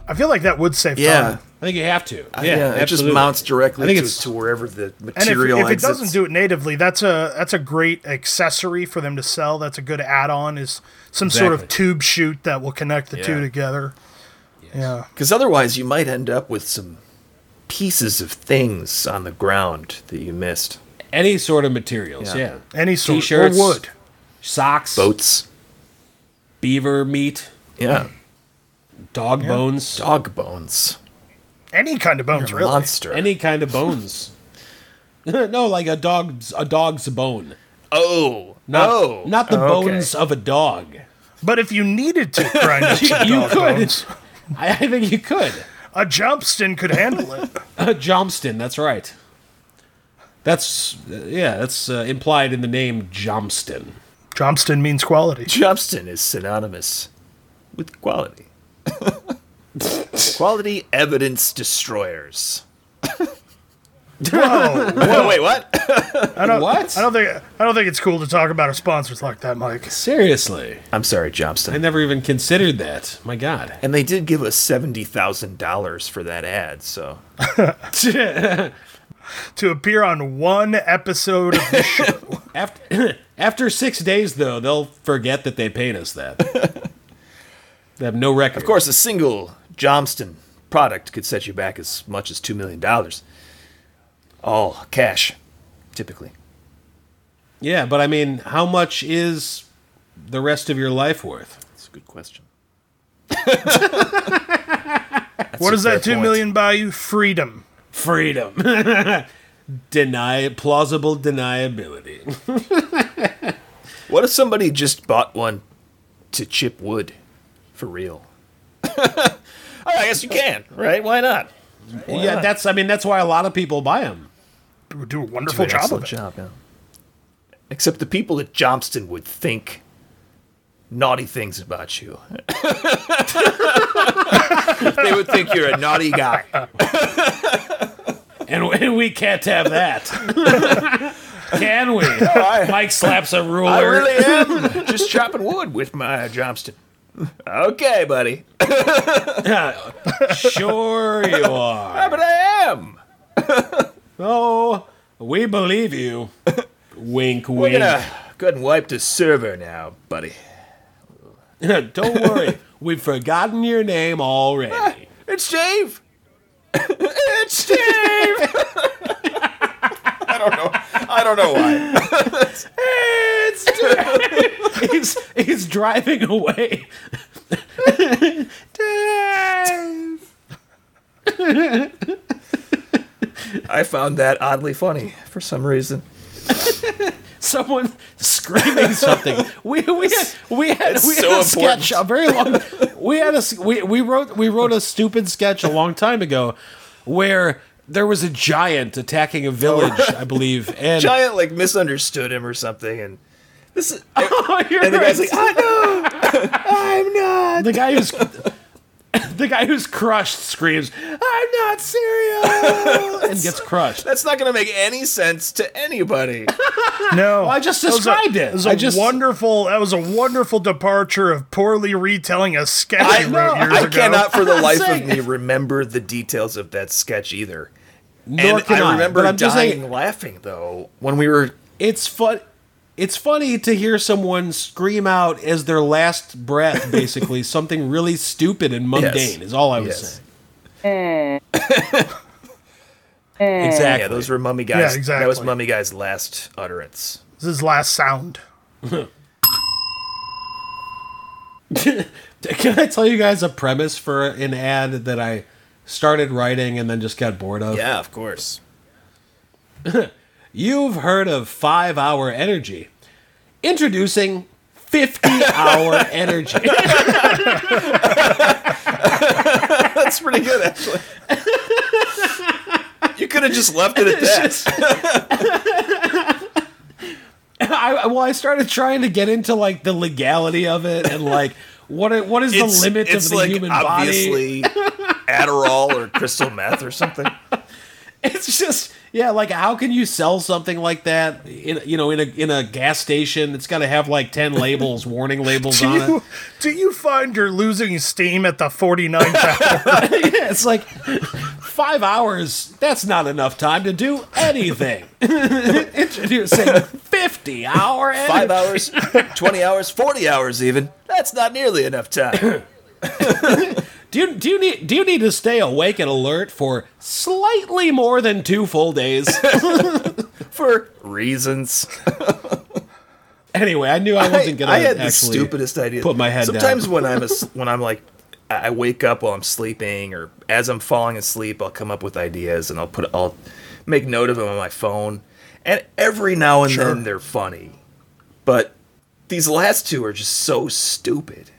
I feel like that would save time. I think you have to. Yeah, it just absolutely. mounts I directly think to, it's- to wherever the And if, material if it exits. doesn't do it natively, that's a that's a great accessory for them to sell. That's a good add-on is some sort of Exactly. tube chute that will connect the two Yeah. together. Yeah. Because otherwise, you might end up with some pieces of things on the ground that you missed. any sort of materials. Yeah. Yeah, Any sort or T-shirts, wood. socks, Boats. beaver meat, Yeah. dog bones, Dog bones. Any kind of bones, really. Monster. any kind of bones. no, like a dog's a dog's bone. oh. Not, oh. not the Okay. bones of a dog. But if you needed to grind up some You dog could. bones, I, I think you could. a Jumpston could handle it. Jomston, that's right. That's uh, yeah, that's uh, implied in the name Jomston. Jumpston means quality. Jobston is synonymous with quality. quality evidence destroyers. Whoa. Whoa, wait, what? I don't, What? I don't think I don't think it's cool to talk about our sponsors like that, Mike. Seriously, I'm sorry, I Jobston. never even considered that. My God. And they did give us seventy thousand dollars for that ad, so To appear on one episode of this show. After after six days, though, they'll forget that they paid us that. they have no record. Of course, a single Johnston product could set you back as much as $2 million. All cash, typically. Yeah, but I mean, how much is the rest of your life worth? That's a good question. what does fair that two point. million buy you? Freedom. Freedom. Deny plausible deniability. What if somebody just bought one to chip wood for real? Oh, I guess you can, right? Why not? yeah, that's. I mean, that's why a lot of people buy them. Would do a wonderful job of it. job, yeah. Except the people at Johnston would think naughty things about you. they would think you're a naughty guy. And, and we can't have that, can we? Mike slaps a ruler. I really am just chopping wood with my Johnston. Okay, buddy. sure you are. But I am. Oh, we believe you. wink, We're wink. gonna go ahead and wipe the server now, buddy. Don't worry, we've forgotten your name already. It's Dave. it's Dave. I don't know. I don't know why. It's he's, he's driving away. Dave. I found that oddly funny for some reason. Someone screaming something. We we had, we had, It's we had so a sketch a important. very long. We had a s- we, we wrote we wrote a stupid sketch a long time ago, where there was a giant attacking a village, I believe, and Oh. Giant like misunderstood him or something, and this is. Oh, you're And the guy's like, "Ah." right. I know. I'm not. The guy who's the guy who's crushed screams, "I'm not cereal," and gets crushed. That's not gonna make any sense to anybody. No. I just That was a- described it. That was a I just- wonderful. That was a wonderful departure of poorly retelling a sketch I, you wrote years I ago. cannot for the I'm life of saying- me remember the details of that sketch either. Nor and can I I, remember but I'm dying just saying- laughing though when we were It's fun. It's funny to hear someone scream out as their last breath, basically something really stupid and mundane. Is all I was Yes. saying. Yeah, Exactly. those were Mummy Guy's. Yeah, exactly. That was Mummy Guy's last utterance. This is his last sound. Can I tell you guys a premise for an ad that I started writing and then just got bored of? Yeah, of course. You've heard of five hour energy. Introducing 50 hour energy. That's pretty good, actually. you could have just left it at that. I, I- well, I started trying to get into like the legality of it and like what it- what is the limit of the human body? obviously Adderall or crystal meth or something. It's just yeah, like how can you sell something like that in you know in a in a gas station? It's got to have like 10 labels, warning labels Do on it. you, do you find you're losing steam at the 49th hour? Yeah, it's like five hours. That's not enough time to do anything. Introducing fifty-hour Five hours, 20 hours, 40 hours even. That's not nearly enough time. Do you do you need do you need to stay awake and alert for slightly more than two full days? For reasons. anyway, I knew I wasn't gonna I had the actually stupidest idea. put my head down. Sometimes when I'm as- when I'm like I I wake up while I'm sleeping or as I'm falling asleep, I'll come up with ideas and I'll put I'll make note of them on my phone. And every now and then they're funny. But these last two are just so stupid.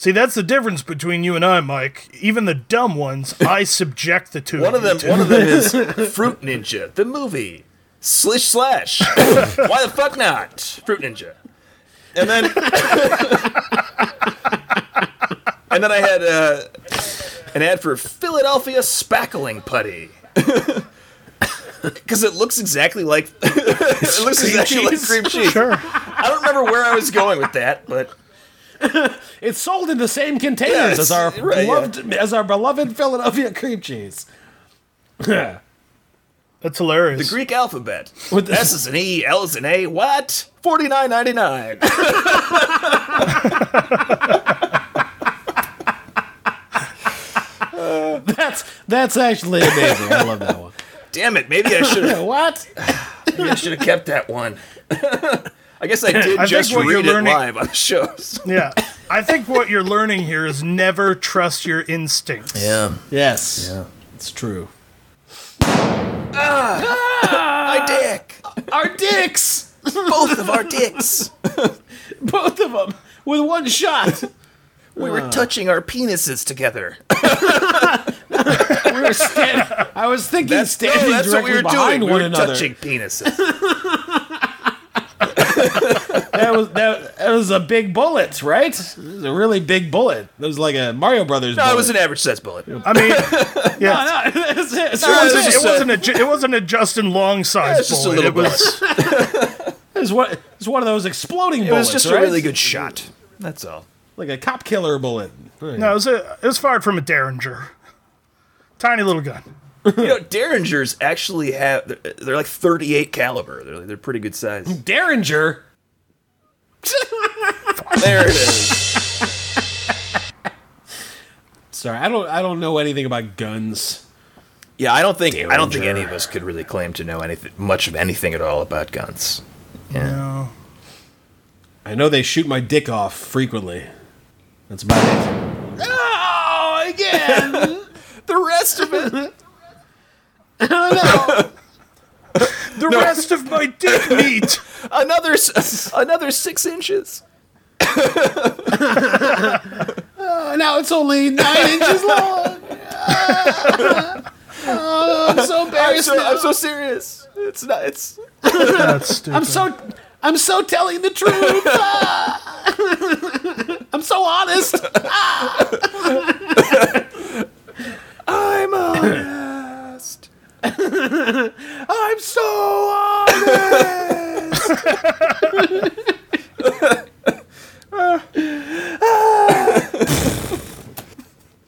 See, that's the difference between you and I, Mike. Even the dumb ones, I subject the two. One of you them, to. one of them is Fruit Ninja, the movie. Slish slash. Why the fuck not? Fruit Ninja. And then, and then I had uh, an ad for Philadelphia spackling putty. Because it looks exactly like it looks exactly like cream cheese. Sure. I don't remember where I was going with that, but it's sold in the same containers Yes, as our right, yeah. beloved as our beloved Philadelphia cream cheese. That's hilarious. the Greek alphabet. With the- S is an E, L is an A. What? Forty nine ninety nine. That's that's actually amazing. I love that one. Damn it! Maybe I should have What? I should have kept that one. I guess I did I think just what you're read it learning- live on the shows. yeah. I think what you're learning here is never trust your instincts. Yeah. Yes, it's true. My dick! Our dicks, Both of our dicks! both of them, with one shot. We were touching our penises together. We were standing. I was thinking standing no, that's what directly we were behind doing. We one were another. touching penises. That was that, that was a big bullet, right? It was a really big bullet. That was like a Mario Brothers. No, bullet. it was an average size bullet. I mean, yeah. No, no, it's- it's- It was wasn't- just it, a- wasn't a, ju- it wasn't a Justin Long Yeah, size it's just a bullet. little It was, it's one- it's one of those exploding It was bullets. just right? a really good shot. That's all. like a cop killer bullet. no, it was, a, it was fired from a Derringer. Tiny little gun. You know, Derringers actually have, they're, they're like 38 caliber. They're, they're pretty good size. Derringer. There it is. Sorry, I don't I don't know anything about guns. Yeah, I don't think, I don't think Derringer. any of us could really claim to know anything, much of anything at all about guns. No. I know they shoot my dick off frequently. That's about it. Oh, again. The rest of it. The rest of my dick meat. another s- another six inches. now it's only nine inches long. oh, I'm so I'm embarrassed. so, I'm so serious. It's not. It's That's stupid. I'm so I'm so telling the truth. Ah. I'm so honest. I'm honest. I'm so honest.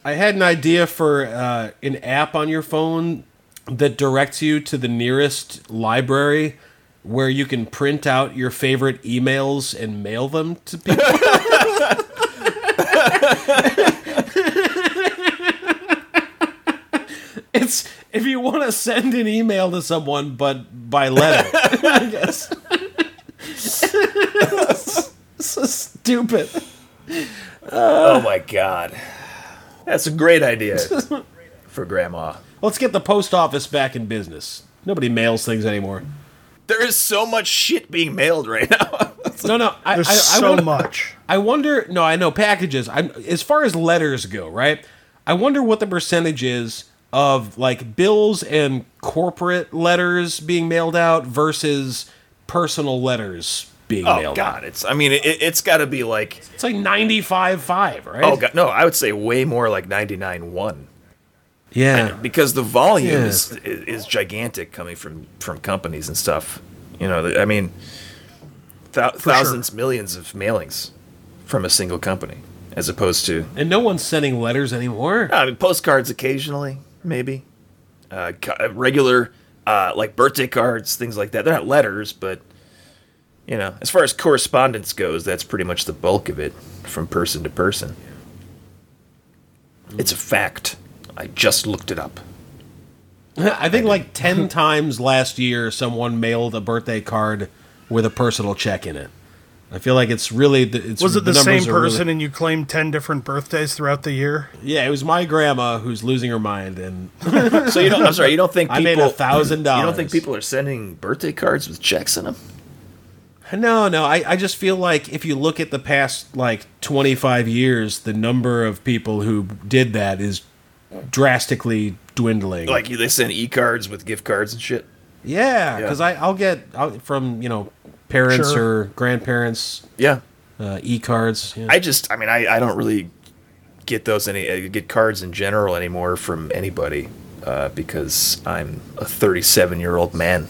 I had an idea for uh, an app on your phone that directs you to the nearest library where you can print out your favorite emails and mail them to people. it's if you want to send an email to someone, but by letter, I guess. so stupid. Oh my god. That's a great idea for grandma. Let's get the post office back in business. Nobody mails things anymore. There is so much shit being mailed right now. No, no. I, There's I, I so wanna- much. I wonder. No, I know packages. I'm as far as letters go, right? I wonder what the percentage is of like bills and corporate letters being mailed out versus personal letters being oh mailed. out. god, it's I mean it, it's got to be like It's like ninety-five five, right? oh god, no, I would say way more like 99.1 yeah. because the volume Yeah. is, is is gigantic coming from from companies and stuff. You know, I mean thou- thousands, millions of mailings from a single company as opposed to And no one's sending letters anymore. I mean, postcards occasionally, maybe. Uh, ca- regular, uh, like birthday cards, things like that. They're not letters, but you know, as far as correspondence goes, that's pretty much the bulk of it from person to person. It's a fact. I just looked it up. I think like ten times last year, someone mailed a birthday card with a personal check in it. I feel like it's really the- it's Was it the, numbers same are really- person and you claimed 10 different birthdays throughout the year? yeah, it was my grandma who's losing her mind, and So you don't. I'm sorry. You don't think I people. made $1,000. You don't think people are sending birthday cards with checks in them? No, no. I, I just feel like if you look at the past like 25 years, the number of people who did that is drastically dwindling. Like they send e-cards with gift cards and shit. yeah, Yeah. because I I'll get I'll, from you know parents Sure. or grandparents Yeah. uh, e cards. Yeah. I just, I mean, I, I don't really get those any uh, get cards in general anymore from anybody uh, because I'm a 37 year old man.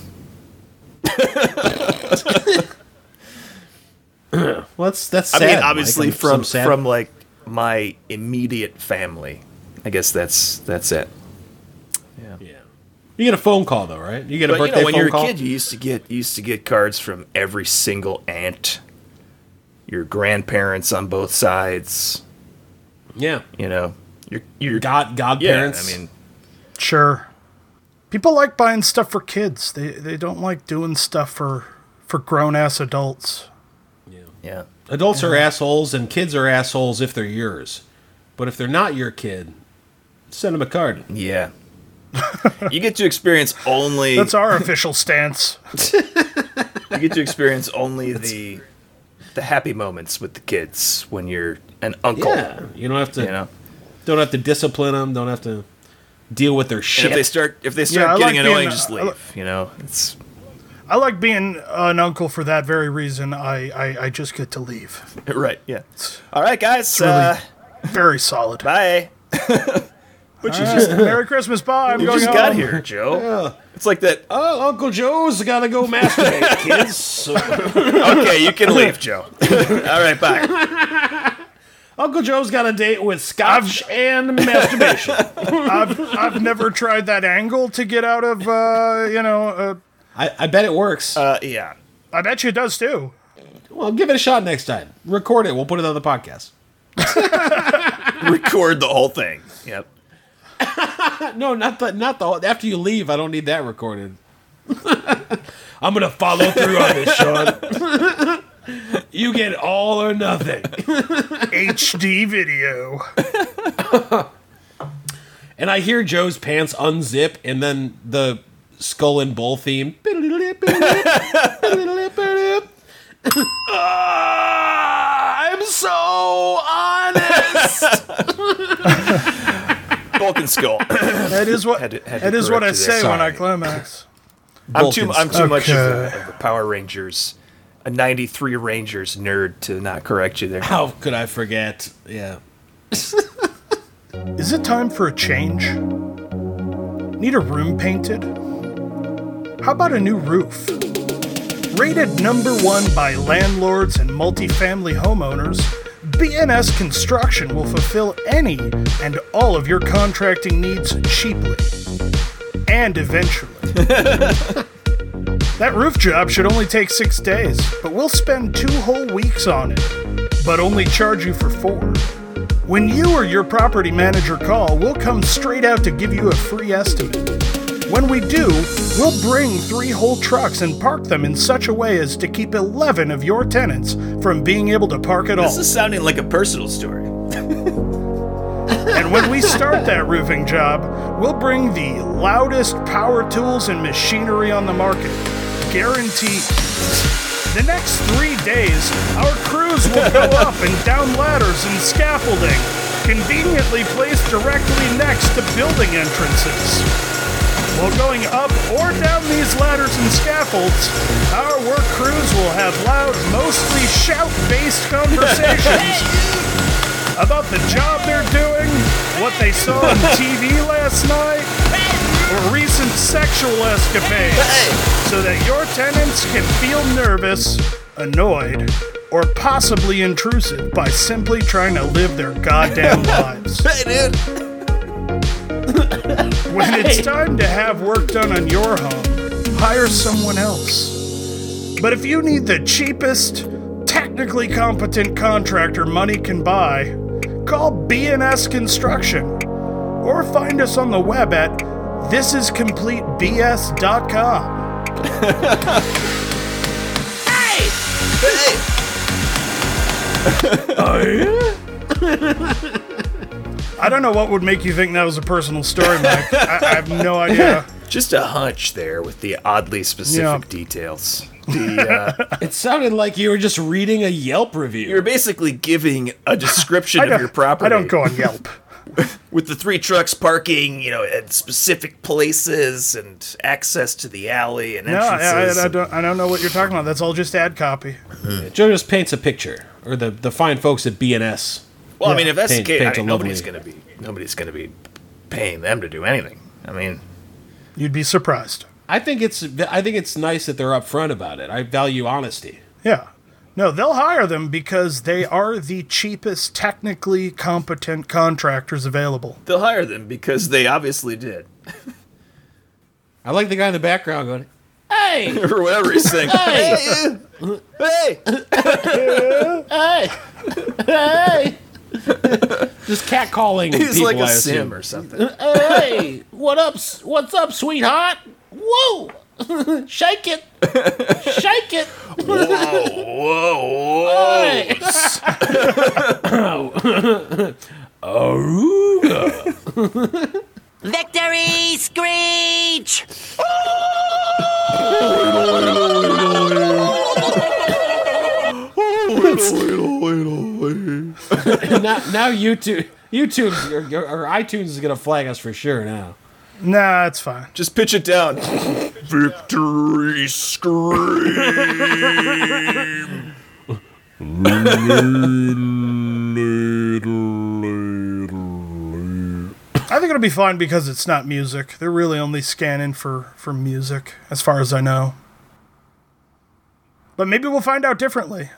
well, that's that's I sad. mean, Mike. obviously I'm- from I'm sad. from like my immediate family. I guess that's that's it. yeah. You get a phone call though, right? You get a But you birthday know, when phone you're a call. kid, you used to get you used to get cards from every single aunt, your grandparents on both sides. yeah, You know, your your god Yeah, godparents. I mean, Sure. People like buying stuff for kids. They they don't like doing stuff for for grown ass adults. yeah. adults are assholes and kids are assholes if they're yours, but if they're not your kid, send them a card. Yeah. you get to experience only That's our official stance. you get to experience only the the happy moments with the kids when you're an uncle. Yeah, you don't have to. You know, Don't have to discipline them. Don't have to deal with their and shit. if they start if they start I like getting being annoying, a- just I leave. li- you know, it's I like being an uncle for that very reason. I I, I just get to leave. right. Yeah. All right, guys. really- Uh, Very solid. bye. Which is just Merry Christmas. Bye. I'm You going just home. got here, Joe. It's like that. oh, Uncle Joe's gotta go masturbate, kids. So, Okay, you can leave, Joe. All right, bye. Uncle Joe's got a date with scotch and masturbation. I've I've never tried that angle to get out of. Uh, you know. Uh, I, I bet it works. Uh, yeah. I bet you it does too. well, give it a shot next time. Record it. We'll put it on the podcast. Record the whole thing. Yep. No, not the not the whole- after you leave. I don't need that recorded. I'm gonna follow through on this, Sean. you get all or nothing. HD video. And I hear Joe's pants unzip, and then the skull and bull theme. Uh, Ah, I'm so honest. Vulcan skull. That is what Had to- had to that is what I correct you there. say when I Sorry. climax. I'm too, I'm too much of Okay. the, of the Power Rangers, a 93 Rangers nerd to not correct you there. How could I forget? Yeah. Is it time for a change? Need a room painted? How about a new roof? Rated number one by landlords and multifamily homeowners, BNS Construction will fulfill any and all of your contracting needs cheaply and eventually. that roof job should only take six days, but we'll spend two whole weeks on it, but only charge you for four. When you or your property manager call, we'll come straight out to give you a free estimate. When we do, we'll bring three whole trucks and park them in such a way as to keep 11 of your tenants from being able to park at all. This is sounding like a personal story. And when we start that roofing job, we'll bring the loudest power tools and machinery on the market. Guaranteed. The next three days, our crews will go up and down ladders and scaffolding, conveniently placed directly next to building entrances. While going up or down these ladders and scaffolds, our work crews will have loud, mostly shout based conversations about the job they're doing, what they saw on TV last night, or recent sexual escapades, so that your tenants can feel nervous, annoyed, or possibly intrusive by simply trying to live their goddamn lives. Hey, dude. When it's time to have work done on your home, hire someone else. But if you need the cheapest, technically competent contractor money can buy, call BNS Construction or find us on the web at thisiscompletebs.com. Hey. Oh, I don't know what would make you think that was a personal story, Mike. I, I have no idea. Just a hunch there with the oddly specific details. The, uh, It sounded like you were just reading a Yelp review. you're basically giving a description of your property. I don't go on Yelp. with the three trucks parking, you know, at specific places and access to the alley and No, I, entrances. I- I don't, I don't know what you're talking about. That's all just ad copy. Joe just paints a picture, or the, the fine folks at BNS. well, I mean, if that's Paint- the case, paint I a mean, lovely- nobody's gonna be nobody's gonna be paying them to do anything. I mean, You'd be surprised. I think it's I think it's nice that they're upfront about it. I value honesty. Yeah. No, they'll hire them because they are the cheapest, technically competent contractors available. they'll hire them because they obviously did, I like the guy in the background going, "Hey, for whatever he's saying. hey, hey, hey!" just catcalling he's people. like a I assume. sim or something. Hey, what up? What's up, sweetheart? Whoa! Shake it, shake it. Oh, whoa, whoa, Hey. whoa! Aruga. Victory Screech! now, now YouTube, YouTube, or, or iTunes is gonna flag us for sure now. Nah, it's fine. Just pitch it down. Victory scream. I think it'll be fine because it's not music. They're really only scanning for, for music, as far as I know. But maybe we'll find out differently.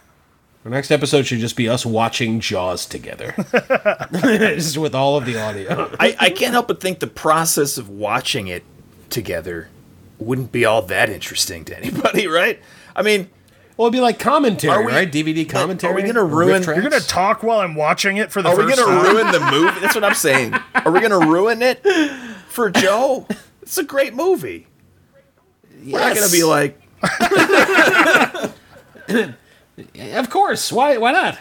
Our next episode should just be us watching Jaws together, just with all of the audio. I, I can't help but think the process of watching it together wouldn't be all that interesting to anybody, right? I mean, Well, it'd be like commentary, Are we- right? DVD commentary. gonna or riff ruin- tracks? You're gonna talk while I'm watching it for the are we first going to time. ruin the movie? That's what I'm saying. Are we going to ruin it for Joe? It's a great movie. We're not going to be like, of course. Why? Why not?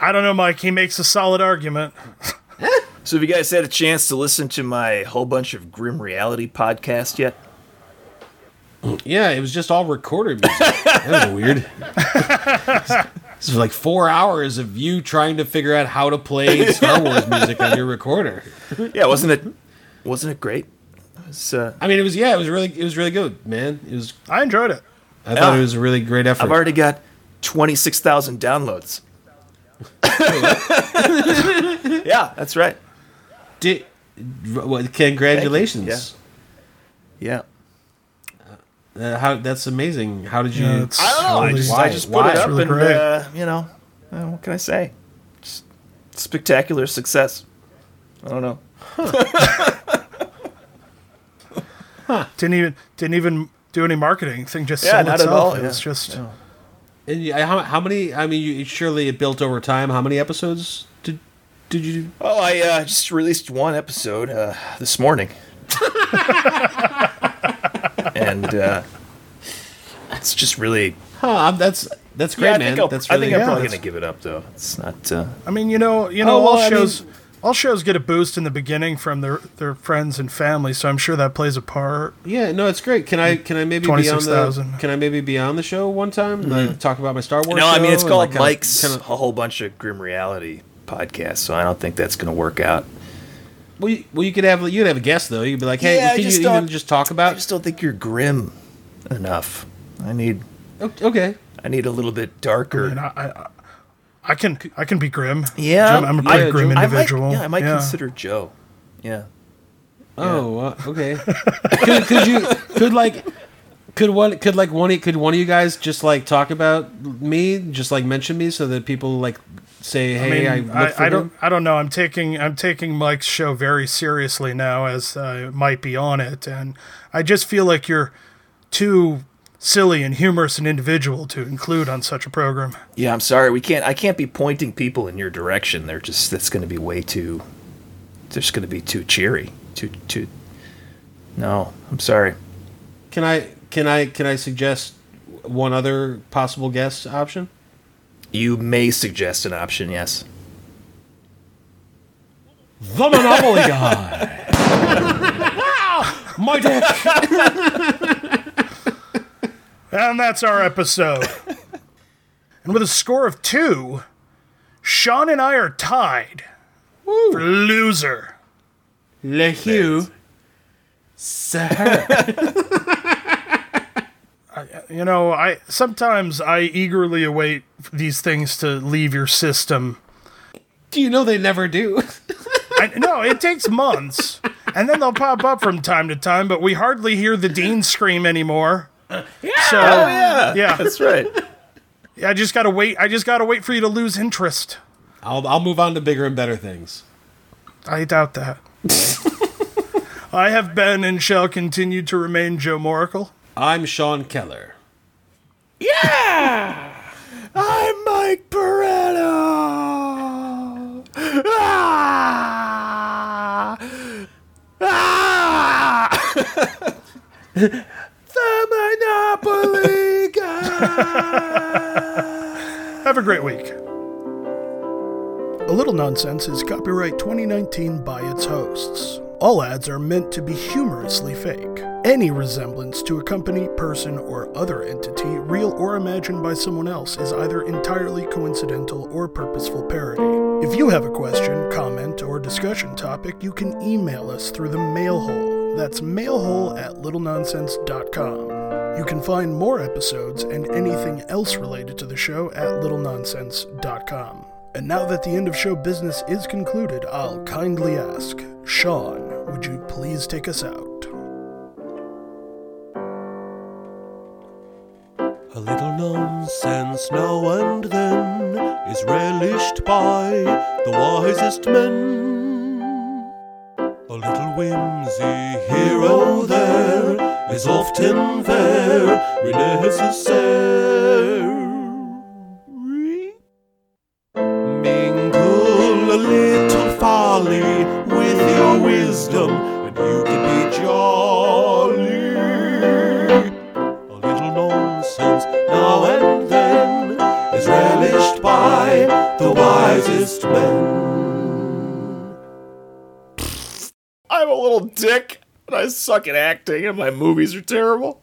I don't know, Mike. He makes a solid argument. so have you guys had a chance to listen to my whole bunch of grim reality podcast yet? Yeah, it was just all recorded music. that was weird. This is like four hours of you trying to figure out how to play Star Wars music on your recorder. Yeah, wasn't it? Wasn't it great? It was, uh, I mean, it was yeah, it was really, it was really good, man. It was. I enjoyed it. I thought Yeah. it was a really great effort. I've already got twenty six thousand downloads. yeah, that's right. Di- well, congratulations. Yeah. Uh, how, that's amazing. How did you? Yeah, it's- I Oh, I Holy just, wow. I just put it Wow. up Really and great. uh, you know, uh, what can I say? Just spectacular success. I don't know. Didn't even didn't even do any marketing. Thing just Yeah, sold not at itself. all, It yeah. was just And you- how, how many? I mean, you, surely it built over time. How many episodes did did you? Oh, I uh, just released one episode uh, this morning. and uh, it's just really. Huh, that's that's great, yeah, I man. think, I'll, that's I really yeah, am probably that's- going to give it up, though. It's not. Uh, I mean, you know, you know, Oh, well, all I shows, mean- all shows get a boost in the beginning from their their friends and family, so I'm sure that plays a part. yeah. No, it's great. Can I Mm. can I maybe be on the 26,000. can I maybe be on the show one time? Mm-hmm. Like, talk about my Star Wars. no, I mean, show it's and, called like, kinda- Mike's kinda- a whole bunch of Grim Reality podcasts, so I don't think that's going to work out. well, you, well, you could have you could have a guest though. You'd be like, hey, Yeah, I can just you even don't- just talk I about? just don't think you're grim enough. I need. O- okay. I need a little bit darker. And I, I, I can I can be grim. Yeah. I'm, I'm a pretty Yeah, grim Joe. I individual. might, yeah, I might consider Joe. Yeah. Oh, uh, okay. could, could you could like could one could like one of- could one of you guys just like talk about me, just like mention me, so that people like say, hey, I, I, mean, look for I, I don't. him? I don't know. I'm taking. I'm taking Mike's show very seriously now, as I might be on it, and I just feel like you're too silly and humorous an individual to include on such a program. Yeah, I'm sorry. We can't. I can't be pointing people in your direction. They're just. That's going to be way too. They're just going to be too cheery. Too too. No, I'm sorry. Can I can I can I suggest one other possible guest option? You may suggest an option. Yes. The Monopoly Guy. My dick. And that's our episode. and with a score of two, Sean and I are tied for loser. Le Hugh. Sir. You know, I sometimes I eagerly await these things to leave your system. Do you know they never do? I, no, it takes months, and then they'll pop up from time to time. But we hardly hear the dean scream anymore. So yeah, That's right. I just gotta wait. I just gotta wait for you to lose interest. I'll I'll move on to bigger and better things. I doubt that. I have been and shall continue to remain Joe Moracle. I'm Sean Keller. I'm Mike Perretto. Ah! Ah! the Monopoly Guy. Have a great week. A Little Nonsense is copyright 2019 by its hosts. All ads are meant to be humorously fake. Any resemblance to a company, person, or other entity, real or imagined by someone else, is either entirely coincidental or purposeful parody. If you have a question, comment, or discussion topic, you can email us through the mail hole. That's mailhole at littlenonsense.com. You can find more episodes and anything else related to the show at littlenonsense.com. And now that the end of show business is concluded, I'll kindly ask Sean, would you please take us out? A little nonsense now and then is relished by the wisest men. A little whimsy here or there is often very necessary. Mingle a little folly with your wisdom, and you can be jolly. A little nonsense now and then is relished by the wisest men. I'm a little dick, and I suck at acting, and my movies are terrible.